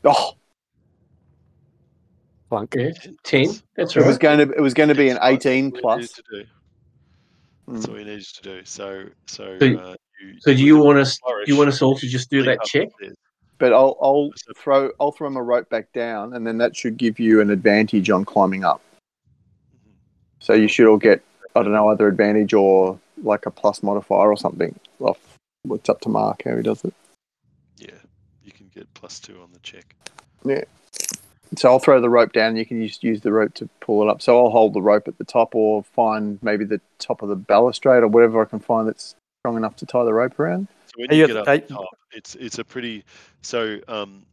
Speaker 4: Oh,
Speaker 2: Funk.
Speaker 3: Yeah, 10. That's
Speaker 4: it
Speaker 3: all
Speaker 4: was
Speaker 3: right.
Speaker 4: going to. It was going to be an
Speaker 1: That's what
Speaker 4: eighteen
Speaker 1: we need
Speaker 4: plus.
Speaker 1: to do.
Speaker 4: Mm.
Speaker 1: That's what we need to do. So so.
Speaker 3: So-
Speaker 1: uh, you,
Speaker 3: So do you want us?
Speaker 1: flourish,
Speaker 3: You want us all to just do
Speaker 1: leap
Speaker 3: that
Speaker 1: up
Speaker 3: check?
Speaker 1: the stairs.
Speaker 4: But I'll I'll
Speaker 1: So-
Speaker 4: throw I'll throw my rope back down, and then that should give you an advantage on climbing up.
Speaker 1: Mhm.
Speaker 4: So you should all get I don't know either advantage or like a plus modifier or something. Off what's up to Mark how he does it.
Speaker 1: Yeah, you can get plus two on the check.
Speaker 4: So I'll throw the rope down. and You can just use the rope to pull it up. So I'll hold the rope at the top, or find maybe the top of the balustrade or whatever I can find that's strong enough to tie the rope around.
Speaker 1: So when
Speaker 2: Are
Speaker 1: you,
Speaker 2: you
Speaker 1: get
Speaker 2: at
Speaker 1: up
Speaker 2: the
Speaker 1: to
Speaker 2: eight?
Speaker 1: the top, it's it's a pretty so um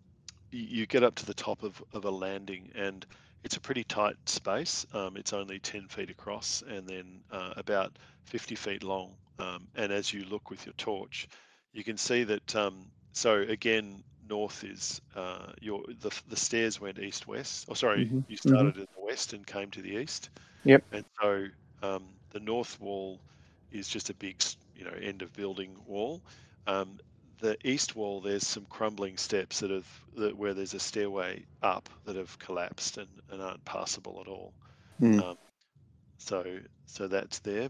Speaker 1: y- you get up to the top of, of a landing and it's a pretty tight space. Um, it's only ten feet across and then uh, about fifty feet long. Um, and as you look with your torch, you can see that. Um, so again, north is uh, your the the stairs went east west. Oh, sorry,
Speaker 4: Mhm,
Speaker 1: you started in the west and came to the east.
Speaker 4: Yep.
Speaker 1: And so um, the north wall is just a big, s- you know, end of building wall. Um, the east wall, there's some crumbling steps that have that where there's a stairway up that have collapsed and, and aren't passable at all.
Speaker 4: Mm.
Speaker 1: Um, so so that's there,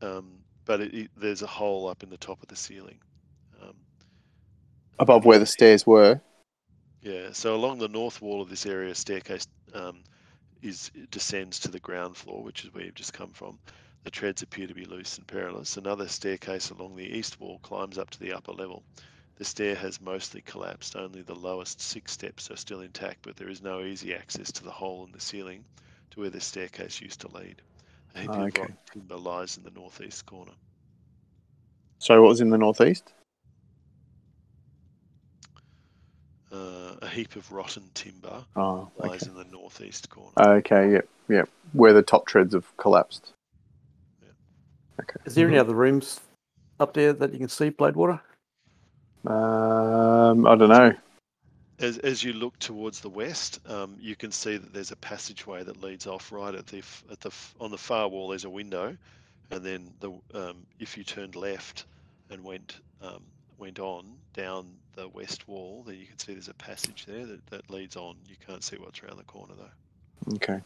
Speaker 1: um, but it, it- there's a hole up in the top of the ceiling. Um,
Speaker 4: Above where the stairs were.
Speaker 1: yeah, so along the north wall of this area, staircase um, is descends to the ground floor, which is where you've just come from. The treads appear to be loose and perilous. Another staircase along the east wall climbs up to the upper level. The stair has mostly collapsed. Only the lowest six steps are still intact, but there is no easy access to the hole in the ceiling to where the staircase used to lead. A heap
Speaker 4: Ah,
Speaker 1: of
Speaker 4: okay.
Speaker 1: rotten timber lies in the northeast corner.
Speaker 4: So what was in the northeast?
Speaker 1: Uh, a heap of rotten timber
Speaker 4: Oh,
Speaker 1: lies
Speaker 4: okay. Uh,
Speaker 1: in the northeast corner.
Speaker 4: Okay, yep, yep. Where the top treads have collapsed.
Speaker 2: Is there
Speaker 4: Mm-hmm.
Speaker 2: any other rooms up there that you can see, Bladewater?
Speaker 4: Um, I don't know.
Speaker 1: As, as you look towards the west, um, you can see that there's a passageway that leads off right at the f- at the f- on the far wall. There's a window, and then the w- um, if you turned left and went um, went on down the west wall, then you can see there's a passage there that, that leads on. You can't see what's around the corner though.
Speaker 4: Okay.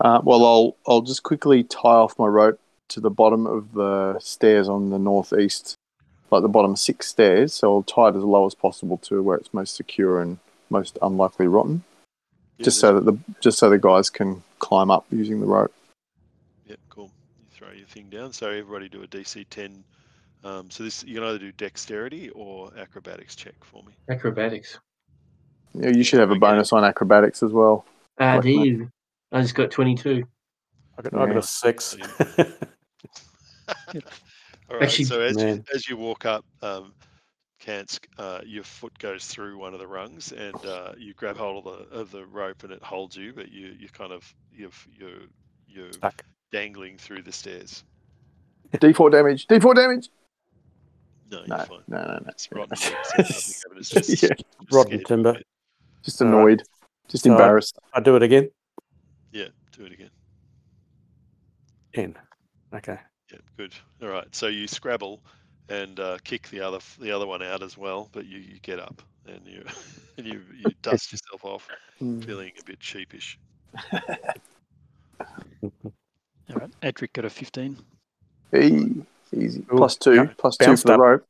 Speaker 4: Uh, well, I'll I'll just quickly tie off my rope to the bottom of the stairs on the northeast, like the bottom six stairs. So I'll tie it as low as possible to where it's most secure and most unlikely rotten,
Speaker 1: Yeah,
Speaker 4: just
Speaker 1: there's-
Speaker 4: so that the just so the guys can climb up using the rope.
Speaker 1: Yep, cool. You throw your thing down. So everybody do a DC 10. Um, so this you can either do dexterity or acrobatics check for me.
Speaker 3: Acrobatics.
Speaker 4: Yeah, you should have a
Speaker 1: Okay.
Speaker 4: bonus on acrobatics as well.
Speaker 3: Ah,
Speaker 4: Like
Speaker 3: dude, I just got 22.
Speaker 2: I got, I got
Speaker 4: Yeah.
Speaker 2: a six.
Speaker 1: All right.
Speaker 3: Actually,
Speaker 1: so as you,
Speaker 2: man.
Speaker 1: as you walk up, um, Kansk, uh, your foot goes through one of the rungs, and uh, you grab hold of the of the rope, and it holds you, but you you kind of you've you're you're
Speaker 2: Stuck.
Speaker 1: dangling through the stairs.
Speaker 4: D4 damage. D4 damage.
Speaker 1: No,
Speaker 4: No,
Speaker 1: you're fine.
Speaker 4: no, no, no.
Speaker 1: It's rotten. wood, so nothing happened, it's just,
Speaker 4: Yeah.
Speaker 1: just
Speaker 2: Rotten
Speaker 1: scared by
Speaker 2: timber.
Speaker 1: it.
Speaker 4: Just
Speaker 2: All right.
Speaker 4: annoyed. Just
Speaker 2: So I-
Speaker 4: embarrassed.
Speaker 2: I do it again.
Speaker 1: Yeah, do it again.
Speaker 2: Ten. Okay.
Speaker 1: Yeah, good. All right. So you scrabble and uh, kick the other f- the other one out as well, but you, you get up and you and you, you dust yourself off,
Speaker 4: Mm.
Speaker 1: feeling a bit sheepish.
Speaker 6: All right. Adric got a 15,
Speaker 4: E- easy.
Speaker 2: Ooh,
Speaker 4: Plus two.
Speaker 2: yeah,
Speaker 4: Plus two
Speaker 2: bounced
Speaker 4: for the
Speaker 2: up.
Speaker 4: rope.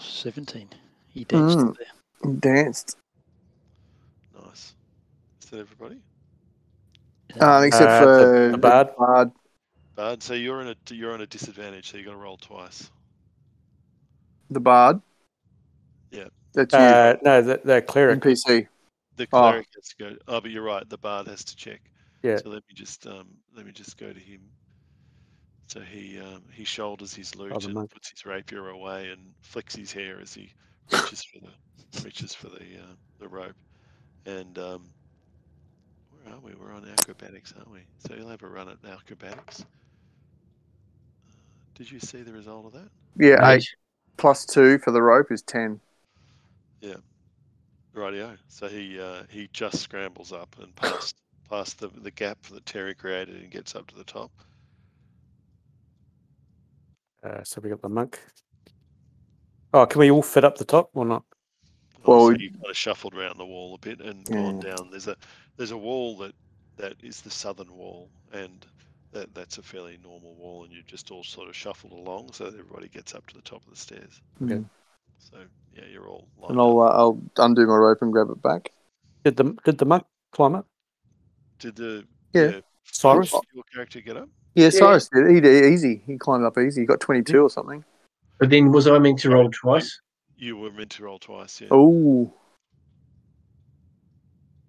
Speaker 6: 17. He danced
Speaker 4: Mm.
Speaker 6: there.
Speaker 4: Danced.
Speaker 1: Nice. Is that everybody?
Speaker 6: Um,
Speaker 4: Uh, except
Speaker 2: Uh,
Speaker 4: for
Speaker 2: the, the bard.
Speaker 4: Bard.
Speaker 1: Bard, so you're in a you're on a disadvantage, so you got to roll twice.
Speaker 4: The Bard.
Speaker 1: Yeah.
Speaker 4: That's you.
Speaker 2: Uh, no, the, the cleric.
Speaker 4: NPC.
Speaker 1: The
Speaker 4: Ah.
Speaker 1: cleric has to go. Oh, but you're right. The bard has to check.
Speaker 2: Yeah.
Speaker 1: So let me just um let me just go to him. So he um, he shoulders his loot
Speaker 2: the
Speaker 1: and
Speaker 2: monk.
Speaker 1: puts his rapier away and flicks his hair as he reaches for the reaches for the uh, the rope. And um, where are we? We're on acrobatics, aren't we? So he'll have a run at acrobatics. Uh, Did you see the result of that?
Speaker 4: Yeah, eight plus two for the rope is ten.
Speaker 1: Rightio. So he uh, he just scrambles up and past past the the gap that Terry created and gets up to the top.
Speaker 2: Uh, so we got the monk. Oh, can we all fit up the top or not?
Speaker 1: Well,
Speaker 4: Well,
Speaker 1: you kind of shuffled around the wall a bit and gone down. There's a there's a wall that that is the southern wall, and that that's a fairly normal wall, and you just all sort of shuffled along, so that everybody gets up to the top of the stairs.
Speaker 4: Okay.
Speaker 1: So yeah, you're all
Speaker 4: Hmm. And
Speaker 1: lined up.
Speaker 4: I'll uh, I'll undo my rope and grab it back.
Speaker 2: Did the did the monk climb it?
Speaker 1: Did the
Speaker 4: Yeah.
Speaker 2: Cyrus?
Speaker 1: did your character get up?
Speaker 4: Yeah, Cyrus did. He did easy. He climbed up easy. He got twenty two or something.
Speaker 3: But then was I meant to roll twice?
Speaker 1: You were meant to roll twice. Yeah.
Speaker 4: Oh,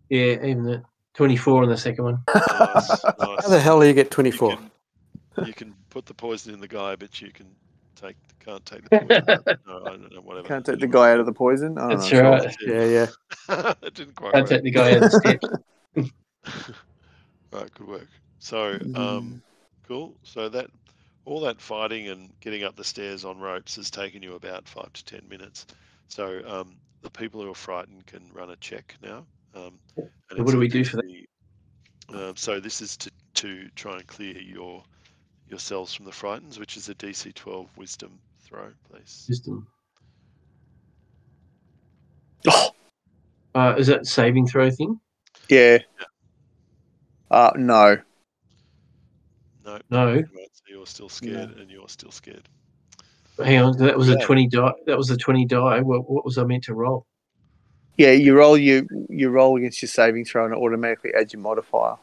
Speaker 3: Yeah, even the 24 on the second one.
Speaker 1: Nice,
Speaker 2: How the
Speaker 1: nice.
Speaker 2: hell do you get
Speaker 1: You
Speaker 2: 24?
Speaker 1: can- You can put the poison in the guy, but you can take can't take the poison. out. no, I don't know, whatever.
Speaker 4: can't take the guy out of the poison. Oh, I don't
Speaker 3: That's
Speaker 4: know.
Speaker 3: right.
Speaker 2: Yeah, yeah.
Speaker 1: it didn't quite
Speaker 3: Can't
Speaker 1: work.
Speaker 3: take the guy out of the steps.
Speaker 1: right, good work. So, um, cool. So that all that fighting and getting up the stairs on ropes has taken you about five to ten minutes. So um, the people who are frightened can run a check now. Um, and
Speaker 3: What
Speaker 1: it's
Speaker 3: do we
Speaker 1: looking
Speaker 3: do for
Speaker 1: to be- Um, so this is to to try and clear your yourselves from the frightens, which is a DC 12 Wisdom throw, please.
Speaker 3: System. Uh, is that saving throw thing?
Speaker 4: Yeah. Uh, no.
Speaker 1: No,
Speaker 3: No.
Speaker 1: right, so you're still scared, and you're still scared.
Speaker 3: Hang on, that was a
Speaker 1: Yeah.
Speaker 3: 20 die. That was a 20 die. What, what was I meant to roll?
Speaker 4: Yeah, you roll you you roll against your saving throw and it automatically adds your modifier.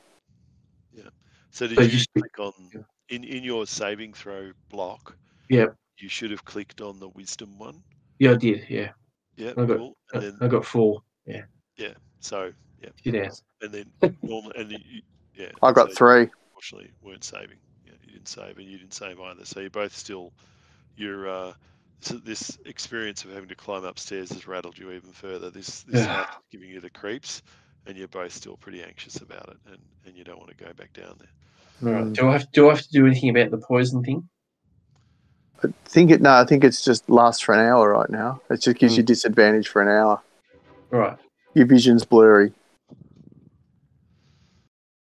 Speaker 1: So did
Speaker 3: So
Speaker 1: you
Speaker 3: just-
Speaker 1: click on
Speaker 3: yeah.
Speaker 1: in in your saving throw block?
Speaker 3: Yep.
Speaker 1: You should have clicked on the wisdom one.
Speaker 3: Yeah, I did. Yeah.
Speaker 1: Yeah,
Speaker 3: I got- uh,
Speaker 1: cool.
Speaker 3: I
Speaker 1: And then
Speaker 3: I got four. Yeah.
Speaker 1: so yeah,
Speaker 3: Shit ass.
Speaker 1: and then normal and then you, yeah.
Speaker 4: I got
Speaker 1: so
Speaker 4: three.
Speaker 1: You unfortunately, weren't saving. Yeah, you didn't save, and you didn't save either. So you're both still. You're uh, so this experience of having to climb upstairs has rattled you even further. This this
Speaker 3: Yeah.
Speaker 1: house is giving you the creeps, and you're both still pretty anxious about it, and and you don't want to go back down there.
Speaker 3: All right. Do I have do I have to do anything about the poison thing?
Speaker 4: Think it no, I think it's just lasts for an hour right now. It just gives you disadvantage for an hour.
Speaker 3: All right.
Speaker 4: Your vision's blurry.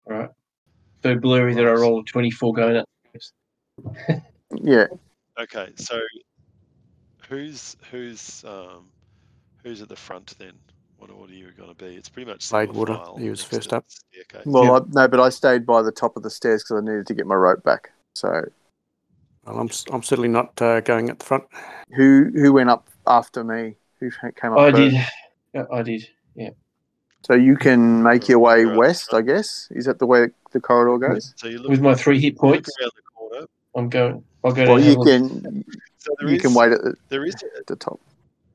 Speaker 3: All right. So blurry that I roll a 24 going up.
Speaker 4: Yeah.
Speaker 1: Okay, so who's who's um who's at the front then? What order you going to be? It's pretty much single
Speaker 2: Bladewater,
Speaker 1: file
Speaker 2: he was
Speaker 1: next to
Speaker 2: first
Speaker 1: the
Speaker 2: up.
Speaker 1: staircase.
Speaker 4: Well, I, no, but I stayed by the top of the stairs because I needed to get my rope back. So
Speaker 2: Well, I'm, s- I'm certainly not uh, going at the front.
Speaker 4: who who went up after me? Who f- came up?
Speaker 3: I
Speaker 4: first?
Speaker 3: did. Yeah, I did.
Speaker 4: So you can make your way
Speaker 1: You're up
Speaker 4: west, I
Speaker 1: front.
Speaker 4: guess. Is that the way the corridor goes?
Speaker 1: So you look,
Speaker 3: With my three hit
Speaker 1: you look
Speaker 3: points,
Speaker 1: around the corner.
Speaker 3: I'm going. I'll go.
Speaker 4: Well,
Speaker 3: to
Speaker 4: you
Speaker 3: have a-
Speaker 4: can
Speaker 1: So there
Speaker 4: you can
Speaker 1: is-
Speaker 4: wait at the,
Speaker 1: There is a-
Speaker 4: at the top.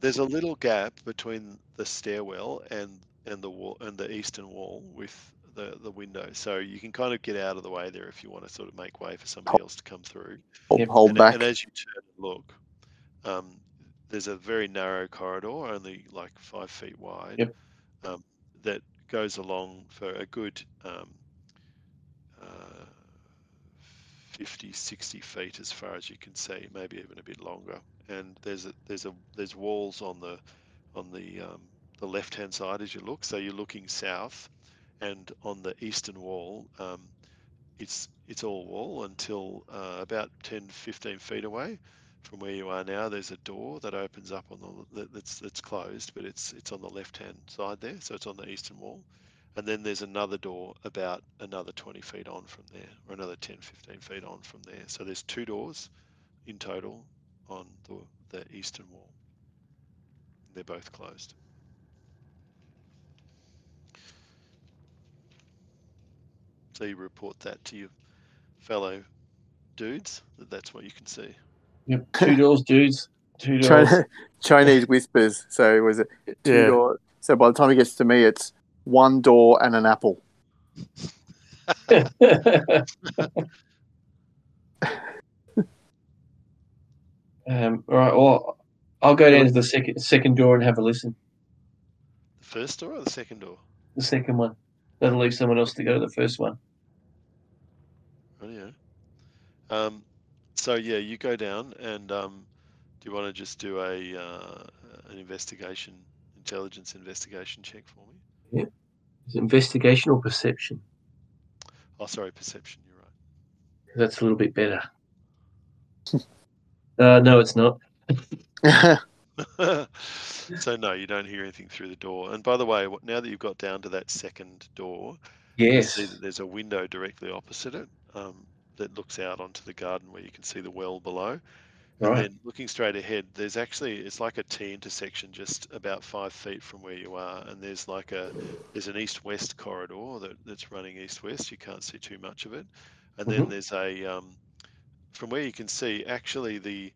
Speaker 1: there's a little gap between the stairwell and and the wall and the eastern wall with the the window. So you can kind of get out of the way there if you want to sort of make way for somebody else to come through.
Speaker 4: Hold,
Speaker 3: Yep.
Speaker 4: hold
Speaker 1: and,
Speaker 4: back.
Speaker 1: and as you turn and look, um, there's a very narrow corridor, only like five feet wide,
Speaker 3: Yep.
Speaker 1: um, that goes along for a good um, uh, 50, 60 feet as far as you can see, maybe even a bit longer. And there's a, there's a there's walls on the on the um, the left hand side as you look. So you're looking south, and on the eastern wall, um, it's it's all wall until uh, about 10, 15 feet away from where you are now. There's a door that opens up on the that, that's that's closed, but it's it's on the left hand side there, so it's on the eastern wall. And then there's another door about another 20 feet on from there, or another 10, 15 feet on from there. So there's two doors in total on the, the eastern wall. They're both closed. So you report that to your fellow dudes that that's what you can see.
Speaker 3: Yep, two doors, dudes. Two doors.
Speaker 4: China, Chinese whispers. So was it two
Speaker 2: Yeah.
Speaker 4: door? So by the time it gets to me, it's one door and an apple.
Speaker 3: um, all right. Well, I'll go down to the second second door and have a listen.
Speaker 1: The first door or the second door?
Speaker 3: The second one. That'll leave someone else to go to the first one.
Speaker 1: Right, yeah. Um, So yeah, you go down, and um, do you want to just do a uh, an investigation, intelligence investigation check for me?
Speaker 3: Is it investigation or perception?
Speaker 1: Oh, sorry, perception. You're right.
Speaker 3: That's a little bit better. uh, no, it's not.
Speaker 1: so no, you don't hear anything through the door. And by the way, wh- now that you've got down to that second door, you
Speaker 3: Yes.
Speaker 1: see that there's a window directly opposite it um, that looks out onto the garden where you can see the well below. And
Speaker 3: Right.
Speaker 1: then looking straight ahead, there's actually it's like a T intersection just about five feet from where you are, and there's like a there's an east-west corridor that, that's running east-west. You can't see too much of it, and then
Speaker 3: Mhm.
Speaker 1: there's a um, from where you can see actually the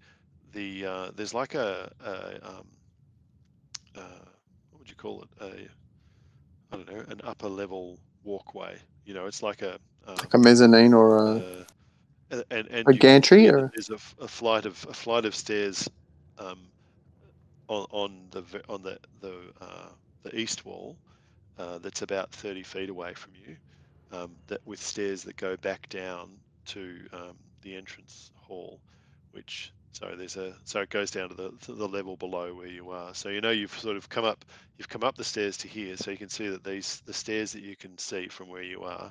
Speaker 1: the uh, there's like a, a um, uh, what would you call it a I don't know an upper level walkway. You know, it's like a um,
Speaker 4: a mezzanine or a,
Speaker 1: uh, and, and, and
Speaker 4: a
Speaker 1: you can
Speaker 4: gantry
Speaker 1: see that
Speaker 4: or-
Speaker 1: there's a, f- a flight of a flight of stairs um, on on the ve- on the the uh, the east wall uh, that's about 30 feet away from you um, that with stairs that go back down to um, the entrance hall which so there's a so it goes down to the to the level below where you are so you know you've sort of come up you've come up the stairs to here so you can see that these the stairs that you can see from where you are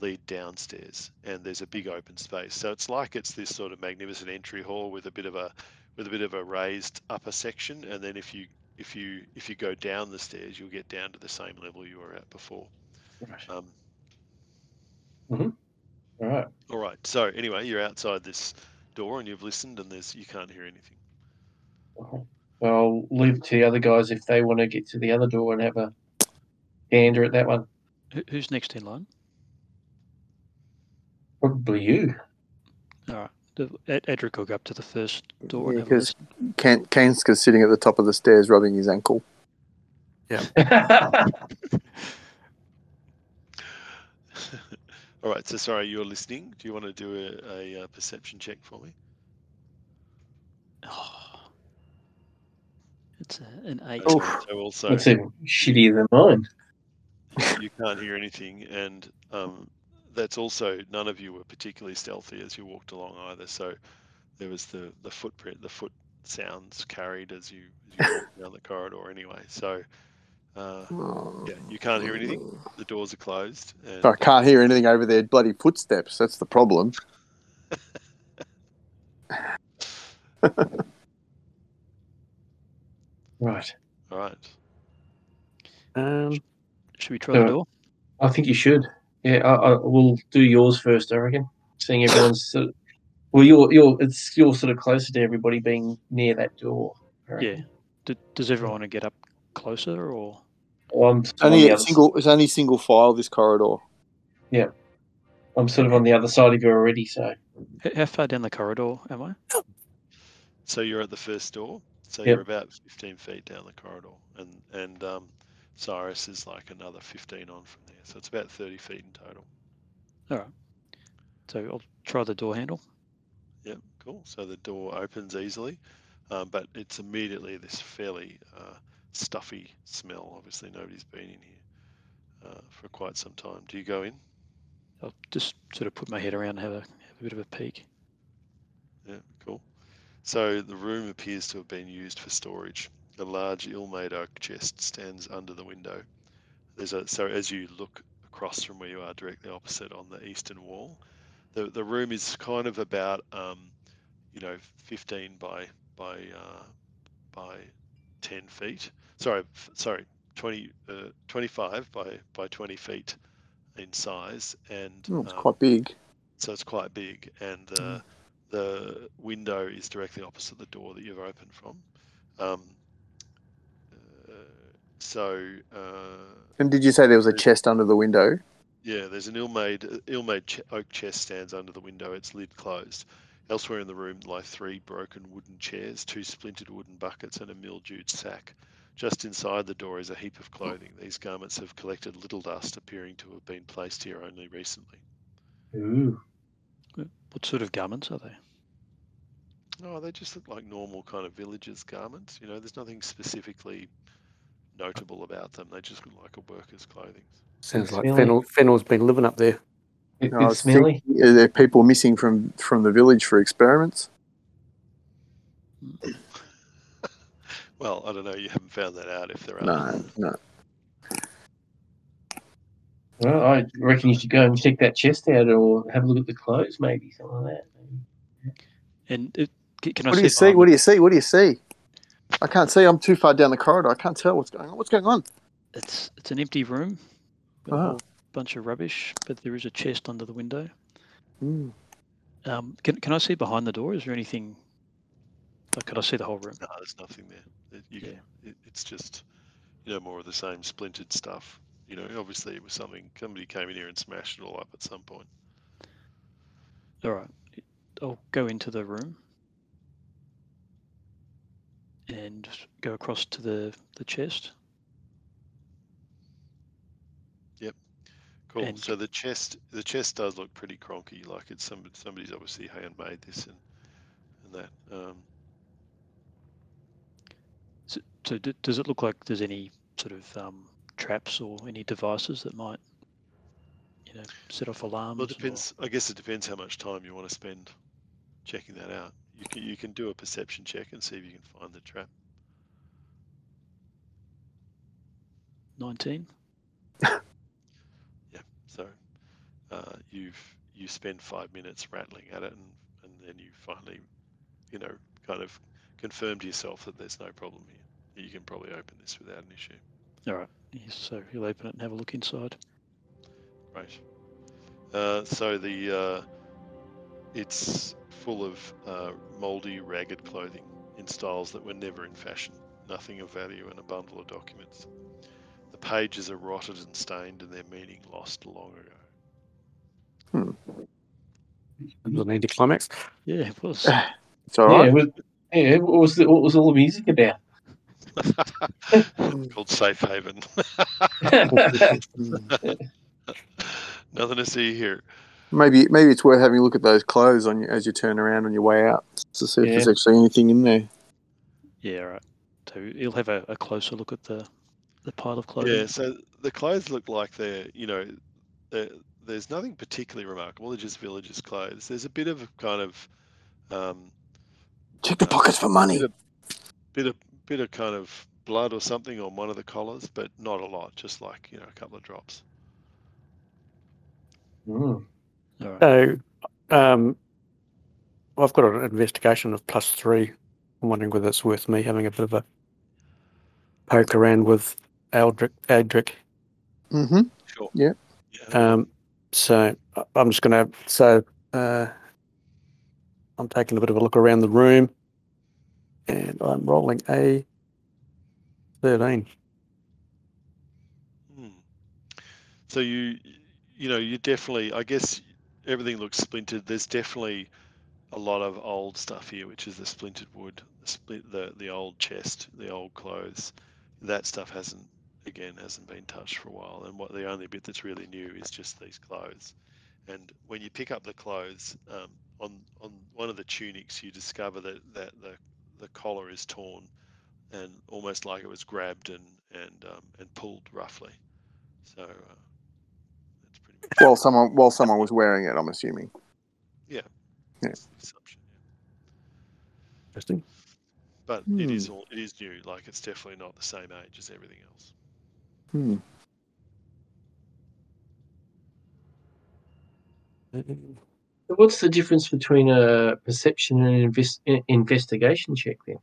Speaker 1: lead downstairs and there's a big open space so it's like it's this sort of magnificent entry hall with a bit of a with a bit of a raised upper section and then if you if you if you go down the stairs you'll get down to the same level you were at before
Speaker 3: right.
Speaker 1: um,
Speaker 3: All right.
Speaker 1: all right so anyway you're outside this door and you've listened and there's you can't hear anything
Speaker 3: Well, I'll leave it to the other guys if they want to get to the other door and have a gander at that one.
Speaker 6: Who, who's next in line?
Speaker 3: Probably you.
Speaker 6: All right. The- Ed- Edric will go up to the first door.
Speaker 4: Yeah,
Speaker 6: and have a
Speaker 4: 'cause-
Speaker 6: listen.
Speaker 4: Can- Kanska's sitting at the top of the stairs rubbing his ankle.
Speaker 1: all right so sorry you're listening do you want to do a, a, uh perception check for me
Speaker 6: Oh. It's a, an eight.
Speaker 1: Okay, so also
Speaker 3: That's even shittier than mine.
Speaker 1: you can't hear anything, and um, that's also none of you were particularly stealthy as you walked along either. So there was the the footprint, the foot sounds carried as you, as you walked down the corridor anyway. So uh, yeah, you can't hear anything. The doors are closed. And,
Speaker 4: Oh. I can't hear anything over their bloody footsteps. That's the problem.
Speaker 3: Right.
Speaker 1: All right.
Speaker 2: Um,
Speaker 6: Should we try the
Speaker 3: Uh,
Speaker 6: door?
Speaker 3: I think you should. Yeah, I, I will do yours first. I reckon. Seeing everyone's sort of, well, you're you're it's you're sort of closer to everybody being near that door. I reckon.
Speaker 6: Yeah. D- does everyone want to get up closer or?
Speaker 3: Well, I'm
Speaker 4: It's only
Speaker 3: on the
Speaker 4: a
Speaker 3: other,
Speaker 4: single. It's only single file. This corridor.
Speaker 3: I'm sort of on the other side of you already. So
Speaker 6: H- How far down the corridor am I?
Speaker 1: So you're at the first door. So
Speaker 3: Yep.
Speaker 1: you're about 15 feet down the corridor, and and um, Cyrus is like another 15 on from there. So it's about 30 feet in total.
Speaker 6: So I'll try the door handle.
Speaker 1: Yep, cool. So the door opens easily, um, but it's immediately this fairly uh, stuffy smell. Obviously, nobody's been in here uh, for quite some time. Do you go in?
Speaker 6: I'll just sort of put my head around and have a have a bit of a peek.
Speaker 1: Yeah, cool. So the room appears to have been used for storage. A large ill-made oak chest stands under the window. There's a so as you look across from where you are, directly opposite on the eastern wall, the the room is kind of about um, you know, 15 by by uh, by 10 feet. Sorry, f- sorry, 20 uh, 25 by by 20 feet in size, and
Speaker 4: Hmm, it's
Speaker 1: um,
Speaker 4: quite big.
Speaker 1: so it's quite big and uh, the window is directly opposite the door that you've opened from um, uh, so uh,
Speaker 4: And did you say there was a chest under the window?
Speaker 1: yeah, there's an ill-made uh, ill-made ch- oak chest stands under the window, its lid closed. Elsewhere in the room lie three broken wooden chairs, two splintered wooden buckets, and a mildewed sack. Just inside the door is a heap of clothing. These garments have collected little dust, appearing to have been placed here only recently.
Speaker 3: Ooh.
Speaker 6: What sort of garments are they?
Speaker 1: No, Oh, they just look like normal kind of villagers' garments. You know, there's nothing specifically notable about them. They just look like a worker's clothing.
Speaker 2: sounds like
Speaker 3: Really?
Speaker 2: Fennel, Fennel's been living up there.
Speaker 3: It,
Speaker 4: I
Speaker 3: it's
Speaker 4: was
Speaker 3: smelly.
Speaker 4: thinking, Are there people missing from from the village for experiments?
Speaker 1: Well, I don't know. You haven't found that out if there are.
Speaker 4: No, no.
Speaker 3: Well, I reckon you should go and check that chest out or have a look at the clothes, maybe something like that.
Speaker 6: And it, Um, c- can I
Speaker 4: What do you
Speaker 6: see?
Speaker 4: see? What do you see? What do you see? I can't see. I'm too far down the corridor. I can't tell what's going on. What's going on?
Speaker 6: It's it's an empty room. with a
Speaker 4: Oh.
Speaker 6: whole bunch of rubbish, but there is a chest under the window.
Speaker 4: Hmm.
Speaker 6: Um, can can I see behind the door? Is there anything? Like, could I see the whole room?
Speaker 1: No, there's nothing there. It, you
Speaker 6: Yeah.
Speaker 1: can, it, it's just, you know, more of the same splintered stuff. You know, obviously it was something, somebody came in here and smashed it all up at some point.
Speaker 6: All right, I'll go into the room and go across to the the chest.
Speaker 1: Cool.
Speaker 6: And-
Speaker 1: So the chest, the chest does look pretty cronky. Like it's some, somebody's obviously handmade this and, and that. Um,
Speaker 6: So, d- does it look like there's any sort of um, traps or any devices that might, you know, set off alarms?
Speaker 1: well, it
Speaker 6: or-
Speaker 1: depends. I guess it depends how much time you want to spend checking that out. You can, you can do a perception check and see if you can find the trap.
Speaker 6: 19.
Speaker 1: So uh, you've you spend five minutes rattling at it, and, and then you finally, you know, kind of confirm to yourself that there's no problem here. that You can probably open this without an issue.
Speaker 6: All right. Yes, so he'll open it and have a look inside.
Speaker 1: Right. Uh, so the uh, it's full of uh, mouldy, ragged clothing in styles that were never in fashion. Nothing of value and a bundle of documents. The pages are rotted and stained, and their meaning lost long ago.
Speaker 2: It was an anticlimax.
Speaker 6: Yeah, it was.
Speaker 4: It's all right.
Speaker 3: Yeah, was, yeah. What was the, what was all the music about?
Speaker 1: called Safe Haven.
Speaker 4: Hmm.
Speaker 1: Nothing to see here.
Speaker 4: Maybe maybe it's worth having a look at those clothes on you as you turn around on your way out to see if there's
Speaker 3: Yeah.
Speaker 4: actually anything in there.
Speaker 6: Yeah, all right. So he'll have a, a closer look at the, the pile of clothing.
Speaker 1: Yeah, so the clothes look like they're, you know, they're, there's nothing particularly remarkable. They're just villagers' clothes. There's a bit of a kind of, um,
Speaker 4: Check the pockets for money.
Speaker 1: Yeah. bit of, bit of kind of blood or something on one of the collars, but not a lot. Just like you know, a couple of drops.
Speaker 3: Mm.
Speaker 6: All right.
Speaker 2: So, um, I've got an investigation of plus three. I'm wondering whether it's worth me having a bit of a poke around with Aldric. Aldric.
Speaker 4: Mm-hmm.
Speaker 1: Sure.
Speaker 4: Yeah.
Speaker 1: Yeah.
Speaker 2: Um, so I- I'm just going to. So uh, I'm taking a bit of a look around the room, and I'm rolling a thirteen.
Speaker 1: Hmm. So you, you know, you definitely. I guess everything looks splintered. There's definitely a lot of old stuff here, which is the splintered wood, the split, the the old chest, the old clothes. That stuff hasn't, again, hasn't been touched for a while. And what the only bit that's really new is just these clothes. And when you pick up the clothes, um, on on one of the tunics, you discover that that the the collar is torn, and almost like it was grabbed and and um, and pulled roughly. So uh, that's pretty much
Speaker 4: While someone while someone was wearing it, I'm assuming. Yeah.
Speaker 1: the assumption.
Speaker 2: Interesting.
Speaker 1: But
Speaker 4: Hmm.
Speaker 1: it is all it is new. Like it's definitely not the same age as everything else.
Speaker 4: Hmm.
Speaker 3: What's the difference between a perception and an invest, in- investigation check then?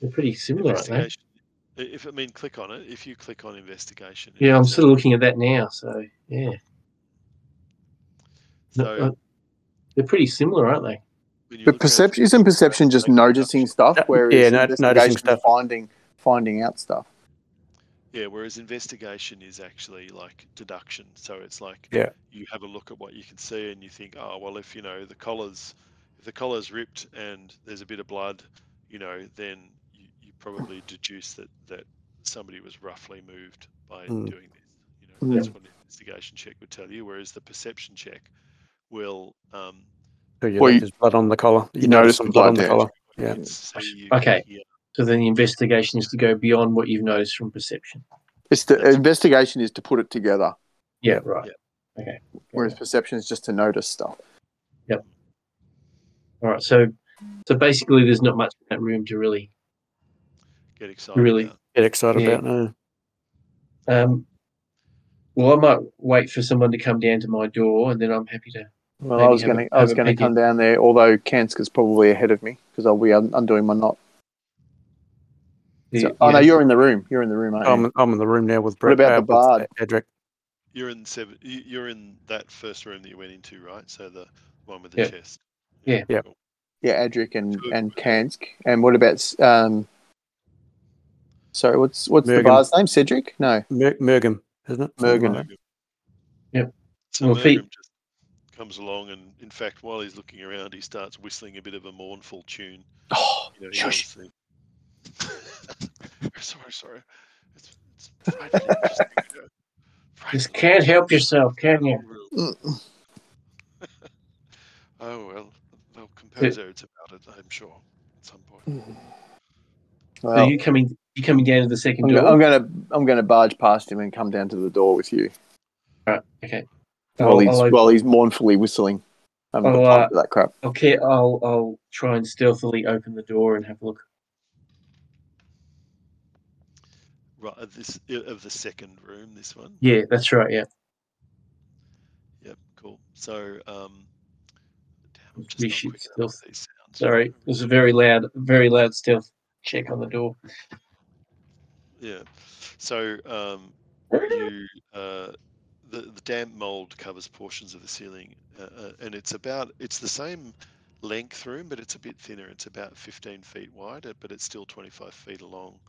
Speaker 3: They're pretty similar, aren't they?
Speaker 1: Investigation. i- If I mean, click on it. If you click on investigation. it
Speaker 3: Yeah, I'm
Speaker 1: comes
Speaker 3: still
Speaker 1: up.
Speaker 3: looking at that now. So yeah,
Speaker 1: So
Speaker 3: they're pretty similar, aren't they?
Speaker 1: when you look
Speaker 4: But
Speaker 1: around-
Speaker 4: perception isn't perception just
Speaker 1: Like,
Speaker 4: noticing stuff,
Speaker 2: Yeah,
Speaker 4: whereas
Speaker 2: yeah, no-
Speaker 4: investigation
Speaker 2: noticing stuff.
Speaker 4: finding finding out stuff.
Speaker 1: Yeah, whereas investigation is actually like deduction. So it's like
Speaker 2: Yeah.
Speaker 1: you have a look at what you can see and you think, oh well, if you know the collars, if the collar's ripped and there's a bit of blood, you know, then you, you probably deduce that that somebody was roughly moved by
Speaker 2: Mm.
Speaker 1: doing this. You know,
Speaker 4: Yeah.
Speaker 1: that's what an investigation check would tell you. Whereas the perception check will um,
Speaker 2: So you
Speaker 4: Well,
Speaker 2: like
Speaker 4: you-
Speaker 2: there's blood on the collar.
Speaker 4: you notice the blood
Speaker 2: on the
Speaker 4: there.
Speaker 2: collar. Yeah.
Speaker 1: can see, you can
Speaker 3: Okay.
Speaker 1: hear.
Speaker 3: So then the investigation is to go beyond what you've noticed from perception.
Speaker 4: It's the investigation is to put it together.
Speaker 3: Yeah, right. Okay.
Speaker 4: Whereas perception is just to notice stuff.
Speaker 3: All right. So, so basically, there's not much in that room to really.
Speaker 1: Get excited.
Speaker 3: Really?
Speaker 1: about.
Speaker 2: Get excited
Speaker 3: Yeah.
Speaker 2: about now.
Speaker 3: Um, well, I might wait for someone to come down to my door, and then I'm happy to.
Speaker 4: Well, I
Speaker 3: Maybe
Speaker 4: was
Speaker 3: have a-
Speaker 4: gonna, I was
Speaker 3: have a
Speaker 4: gonna
Speaker 3: peek
Speaker 4: come
Speaker 3: in.
Speaker 4: down there. Although Kanska's probably ahead of me because I'll be un- undoing my knot. So, Oh no,
Speaker 3: Yeah.
Speaker 4: you're in the room. You're in the room, aren't you?
Speaker 2: Oh, I'm, I'm in the room now with
Speaker 4: What
Speaker 2: Brett.
Speaker 4: about the
Speaker 2: with
Speaker 4: bard?
Speaker 2: Edric.
Speaker 1: You're in seven. you- You're in that first room that you went into, right? So the one with the
Speaker 3: Yeah.
Speaker 1: chest.
Speaker 3: Yeah.
Speaker 2: Yeah.
Speaker 1: cool.
Speaker 4: yeah, Adric and
Speaker 1: Good.
Speaker 4: and Kansk. And what about um? Sorry, what's what's the
Speaker 2: Mergen.
Speaker 4: bar's name? Cedric? No,
Speaker 2: Mer- Mergum, isn't it? Something
Speaker 4: Mergen.
Speaker 2: like
Speaker 1: Mergrim.
Speaker 3: Yep.
Speaker 1: So
Speaker 3: Well, if he-
Speaker 1: Mergrim just comes along, and in fact, while he's looking around, he starts whistling a bit of a mournful tune.
Speaker 4: Oh,
Speaker 1: You know, he
Speaker 4: Shush.
Speaker 1: obviously- sorry, sorry. It's, it's frightful. Just think, uh,
Speaker 3: Just
Speaker 1: frightful.
Speaker 3: can't help yourself, can you?
Speaker 1: oh well, they'll compose odes about it, I'm sure, at some point.
Speaker 4: well,
Speaker 3: so you coming? You coming down to the second
Speaker 4: I'm,
Speaker 3: door?
Speaker 4: go- I'm gonna I'm gonna barge past him and come down to the door with you
Speaker 3: All right, okay.
Speaker 4: while
Speaker 3: Oh, I'll,
Speaker 4: he's
Speaker 3: I'll,
Speaker 4: while he's mournfully whistling. I haven't got
Speaker 3: I'll,
Speaker 4: time
Speaker 3: uh,
Speaker 4: for that crap.
Speaker 3: I'll, ca- I'll, I'll try and stealthily open the door and have a look.
Speaker 1: Right, of this uh, of the second room, this one.
Speaker 3: Yeah, that's right. Yeah,
Speaker 1: Yep, cool. So, um, damn, I'm just
Speaker 3: We
Speaker 1: not
Speaker 3: should
Speaker 1: quick enough
Speaker 3: still-
Speaker 1: with these sounds.
Speaker 3: sorry. It was a very loud, very loud stealth check on the door.
Speaker 1: Yeah. So, um, you uh, the the damp mold covers portions of the ceiling, uh, uh, and it's about it's the same length room, but it's a bit thinner. It's about 15 feet wide, uh, but it's still 25 feet long.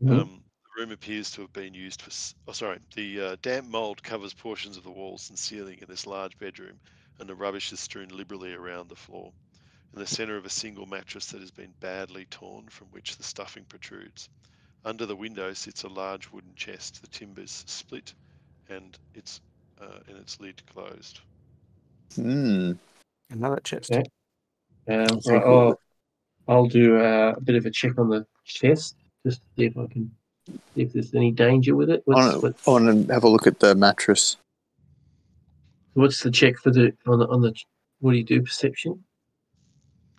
Speaker 3: Mhm.
Speaker 1: Um, the room appears to have been used for. s- Oh, sorry. The uh, damp mold covers portions of the walls and ceiling in this large bedroom, and the rubbish is strewn liberally around the floor. In the center of a single mattress that has been badly torn, from which the stuffing protrudes. Under the window sits a large wooden chest, the timbers split, and its uh, and its lid closed.
Speaker 4: Hmm.
Speaker 2: that. Another chest.
Speaker 3: Okay. Um,
Speaker 4: Let's
Speaker 3: right,
Speaker 4: take a look.
Speaker 3: I'll, I'll do uh, a bit of a check on the chest just to see if I can see if there's any danger with it.
Speaker 4: I
Speaker 3: What's,
Speaker 4: want
Speaker 3: what's,
Speaker 4: to have a look at the mattress.
Speaker 3: what's the check for the on the on the what do you do? Perception.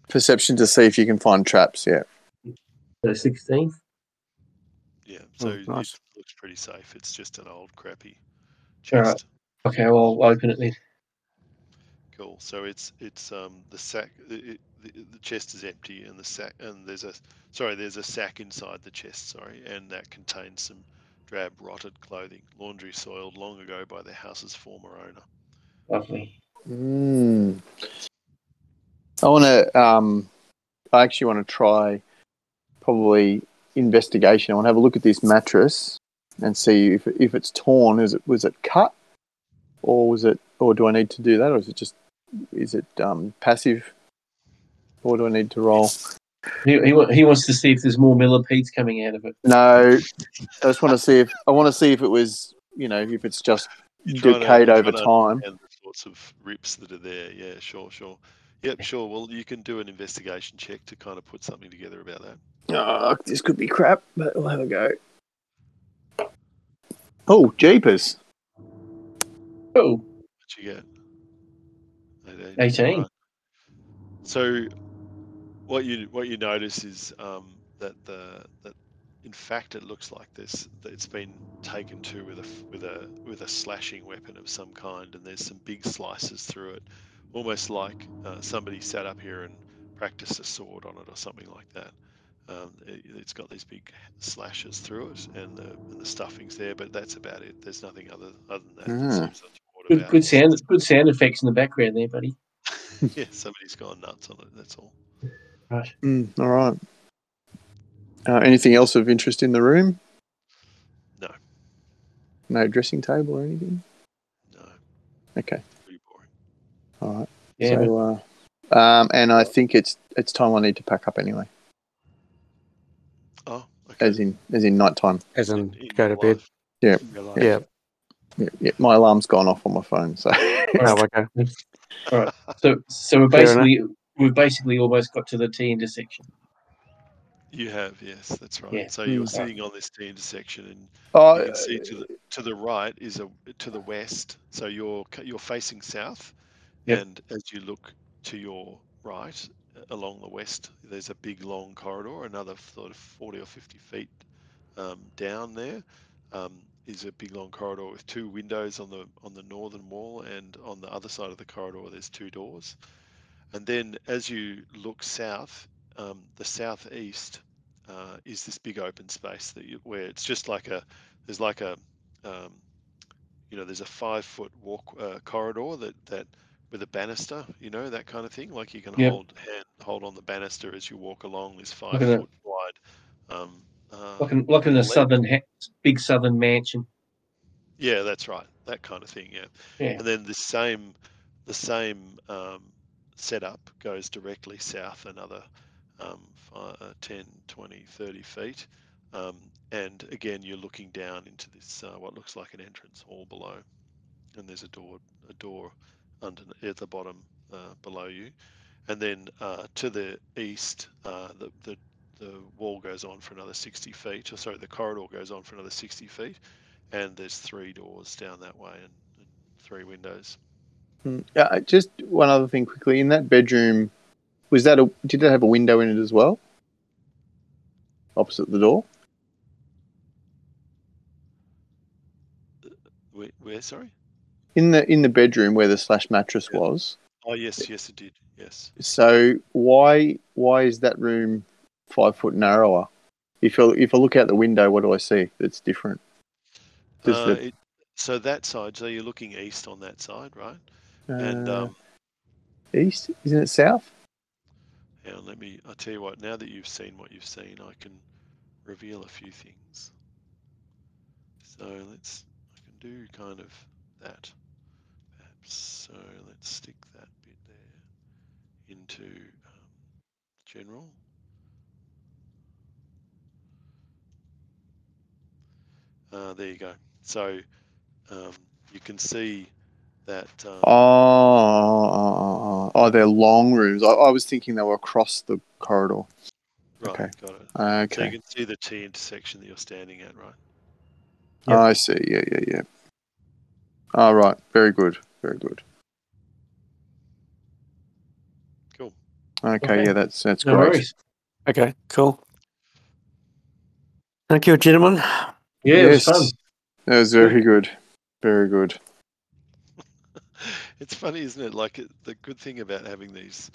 Speaker 4: Perception to see if you can find traps. Yeah.
Speaker 3: So sixteen.
Speaker 1: Yeah, so
Speaker 2: Oh, nice.
Speaker 1: it looks pretty safe. It's just an old crappy
Speaker 3: Alright.
Speaker 1: chest.
Speaker 3: Okay, well, I'll open it then.
Speaker 1: Cool. So it's it's um the sack the, the, the chest is empty and the sack and there's a sorry there's a sack inside the chest sorry and that contains some drab rotted clothing laundry soiled long ago by the house's former owner.
Speaker 3: Lovely.
Speaker 4: Hmm. I want to. Um, I actually want to try, probably investigation. I want to have a look at this mattress and see if if it's torn. Is it was it cut, or was it, or do I need to do that, or is it just is it um, passive, or do I need to roll?
Speaker 3: He, he, wa- he wants to see if there's more millipedes coming out of it.
Speaker 4: No, I just want to see if I want to see if it was you know if it's just
Speaker 1: You're trying to-
Speaker 4: decayed
Speaker 1: you're
Speaker 4: over
Speaker 1: trying to
Speaker 4: time.
Speaker 1: and the sorts of rips that are there. Yeah, sure, sure. Yep, sure. Well, you can do an investigation check to kind of put something together about that.
Speaker 4: Oh, this could be crap, but we'll have a go. Oh, jeepers.
Speaker 3: Oh,
Speaker 1: What you get? 18.
Speaker 3: 18.
Speaker 1: Right. So, what you what you notice is um, that the that in fact it looks like this that it's been taken to with a f- with a with a slashing weapon of some kind, and there's some big slices through it, almost like uh, somebody sat up here and practiced a sword on it or something like that. Um, it, it's got these big slashes through it, and the and the stuffing's there, but that's about it. There's nothing other other than that. that.
Speaker 4: Ah.
Speaker 1: seems untoward
Speaker 3: good,
Speaker 1: about it.
Speaker 3: good sound, good sound effects in the background there, buddy.
Speaker 1: yeah, somebody's gone nuts on it. That's all.
Speaker 3: Right.
Speaker 4: Mm, all right. Uh, anything else of interest in the room?
Speaker 1: No.
Speaker 4: No dressing table or anything?
Speaker 1: No,
Speaker 4: Okay.
Speaker 1: pretty boring.
Speaker 4: All right.
Speaker 3: Yeah.
Speaker 4: So, uh, um, and I think it's it's time I need to pack up anyway,
Speaker 1: Oh, okay.
Speaker 4: as in as in night time.
Speaker 2: As in,
Speaker 1: In- in
Speaker 2: go to
Speaker 1: real
Speaker 2: bed.
Speaker 1: life.
Speaker 4: Yeah.
Speaker 6: in real life.
Speaker 2: Yeah.
Speaker 4: Yeah, yeah, my alarm's gone off on my phone, so
Speaker 2: Oh, okay.
Speaker 3: So, so we're
Speaker 2: Fair enough.
Speaker 3: basically we've basically almost got to the T intersection.
Speaker 1: You have, yes, that's right.
Speaker 3: Yeah.
Speaker 1: So you're
Speaker 4: Mm.
Speaker 1: sitting on this the intersection, and you
Speaker 4: Oh,
Speaker 1: can see to the to the right is a to the west. So you're c- you're facing south,
Speaker 3: Yep.
Speaker 1: and as you look to your right uh, along the west, there's a big long corridor. Another sort of forty or fifty feet um, down there um, is a big long corridor with two windows on the on the northern wall, and on the other side of the corridor there's two doors. And then as you look south, um, the southeast uh, is this big open space that you, where it's just like a there's like a um, you know there's a five foot walk uh, corridor that that with a banister you know that kind of thing like you can
Speaker 3: Yep.
Speaker 1: hold hand, hold on the banister as you walk along this five
Speaker 3: at that.
Speaker 1: foot wide um, uh,
Speaker 3: Like in, like in a
Speaker 1: Lake.
Speaker 3: southern, ha- big southern mansion.
Speaker 1: Yeah, that's right. That kind of thing. Yeah.
Speaker 3: Yeah.
Speaker 1: And then the same, the same um, setup goes directly south another um, fi- uh 10, 20, 30 feet. Um, and again, you're looking down into this uh, what looks like an entrance hall below, and there's a door, a door under at the bottom uh, below you, and then uh, to the east, uh, the, the the wall goes on for another 60 feet, or sorry, the corridor goes on for another 60 feet, and there's three doors down that way and, and three windows.
Speaker 4: Mm. yeah, I- just one other thing quickly. In that bedroom, was that a did it have a window in it as well? Opposite the door.
Speaker 1: Where, where sorry?
Speaker 4: In the in the bedroom where the slash mattress
Speaker 1: Yeah.
Speaker 4: was.
Speaker 1: Oh yes, yes it did. Yes.
Speaker 4: So why why is that room five foot narrower? If I if I look out the window, what do I see that's different? Does
Speaker 1: Uh,
Speaker 4: the-
Speaker 1: it, so that side, so you're looking east on that side, right?
Speaker 4: Uh,
Speaker 1: and um,
Speaker 4: east isn't it south?
Speaker 1: hang on, let me. I will tell you what. Now that you've seen what you've seen, I can reveal a few things. So let's. I can do kind of that. Perhaps. So let's stick that bit there into um, general. Uh, there you go. So um, you can see that. Um,
Speaker 4: Oh, oh, oh, oh, oh, they're long rooms. I, I was thinking they were across the corridor.
Speaker 1: right,
Speaker 4: okay.
Speaker 1: got it. So
Speaker 4: Okay,
Speaker 1: you can see the T intersection that you're standing at, right?
Speaker 3: Yep.
Speaker 4: Oh, I see. Yeah, yeah, yeah. All right. Very good. Very good.
Speaker 1: Cool.
Speaker 4: Okay.
Speaker 3: Okay.
Speaker 4: Yeah, that's that's
Speaker 3: No
Speaker 4: great.
Speaker 3: worries.
Speaker 2: Okay, cool. Thank you, gentlemen.
Speaker 3: Yeah, it was fun.
Speaker 4: That was very good. Very good.
Speaker 1: It's funny, isn't it? Like it, the good thing about having these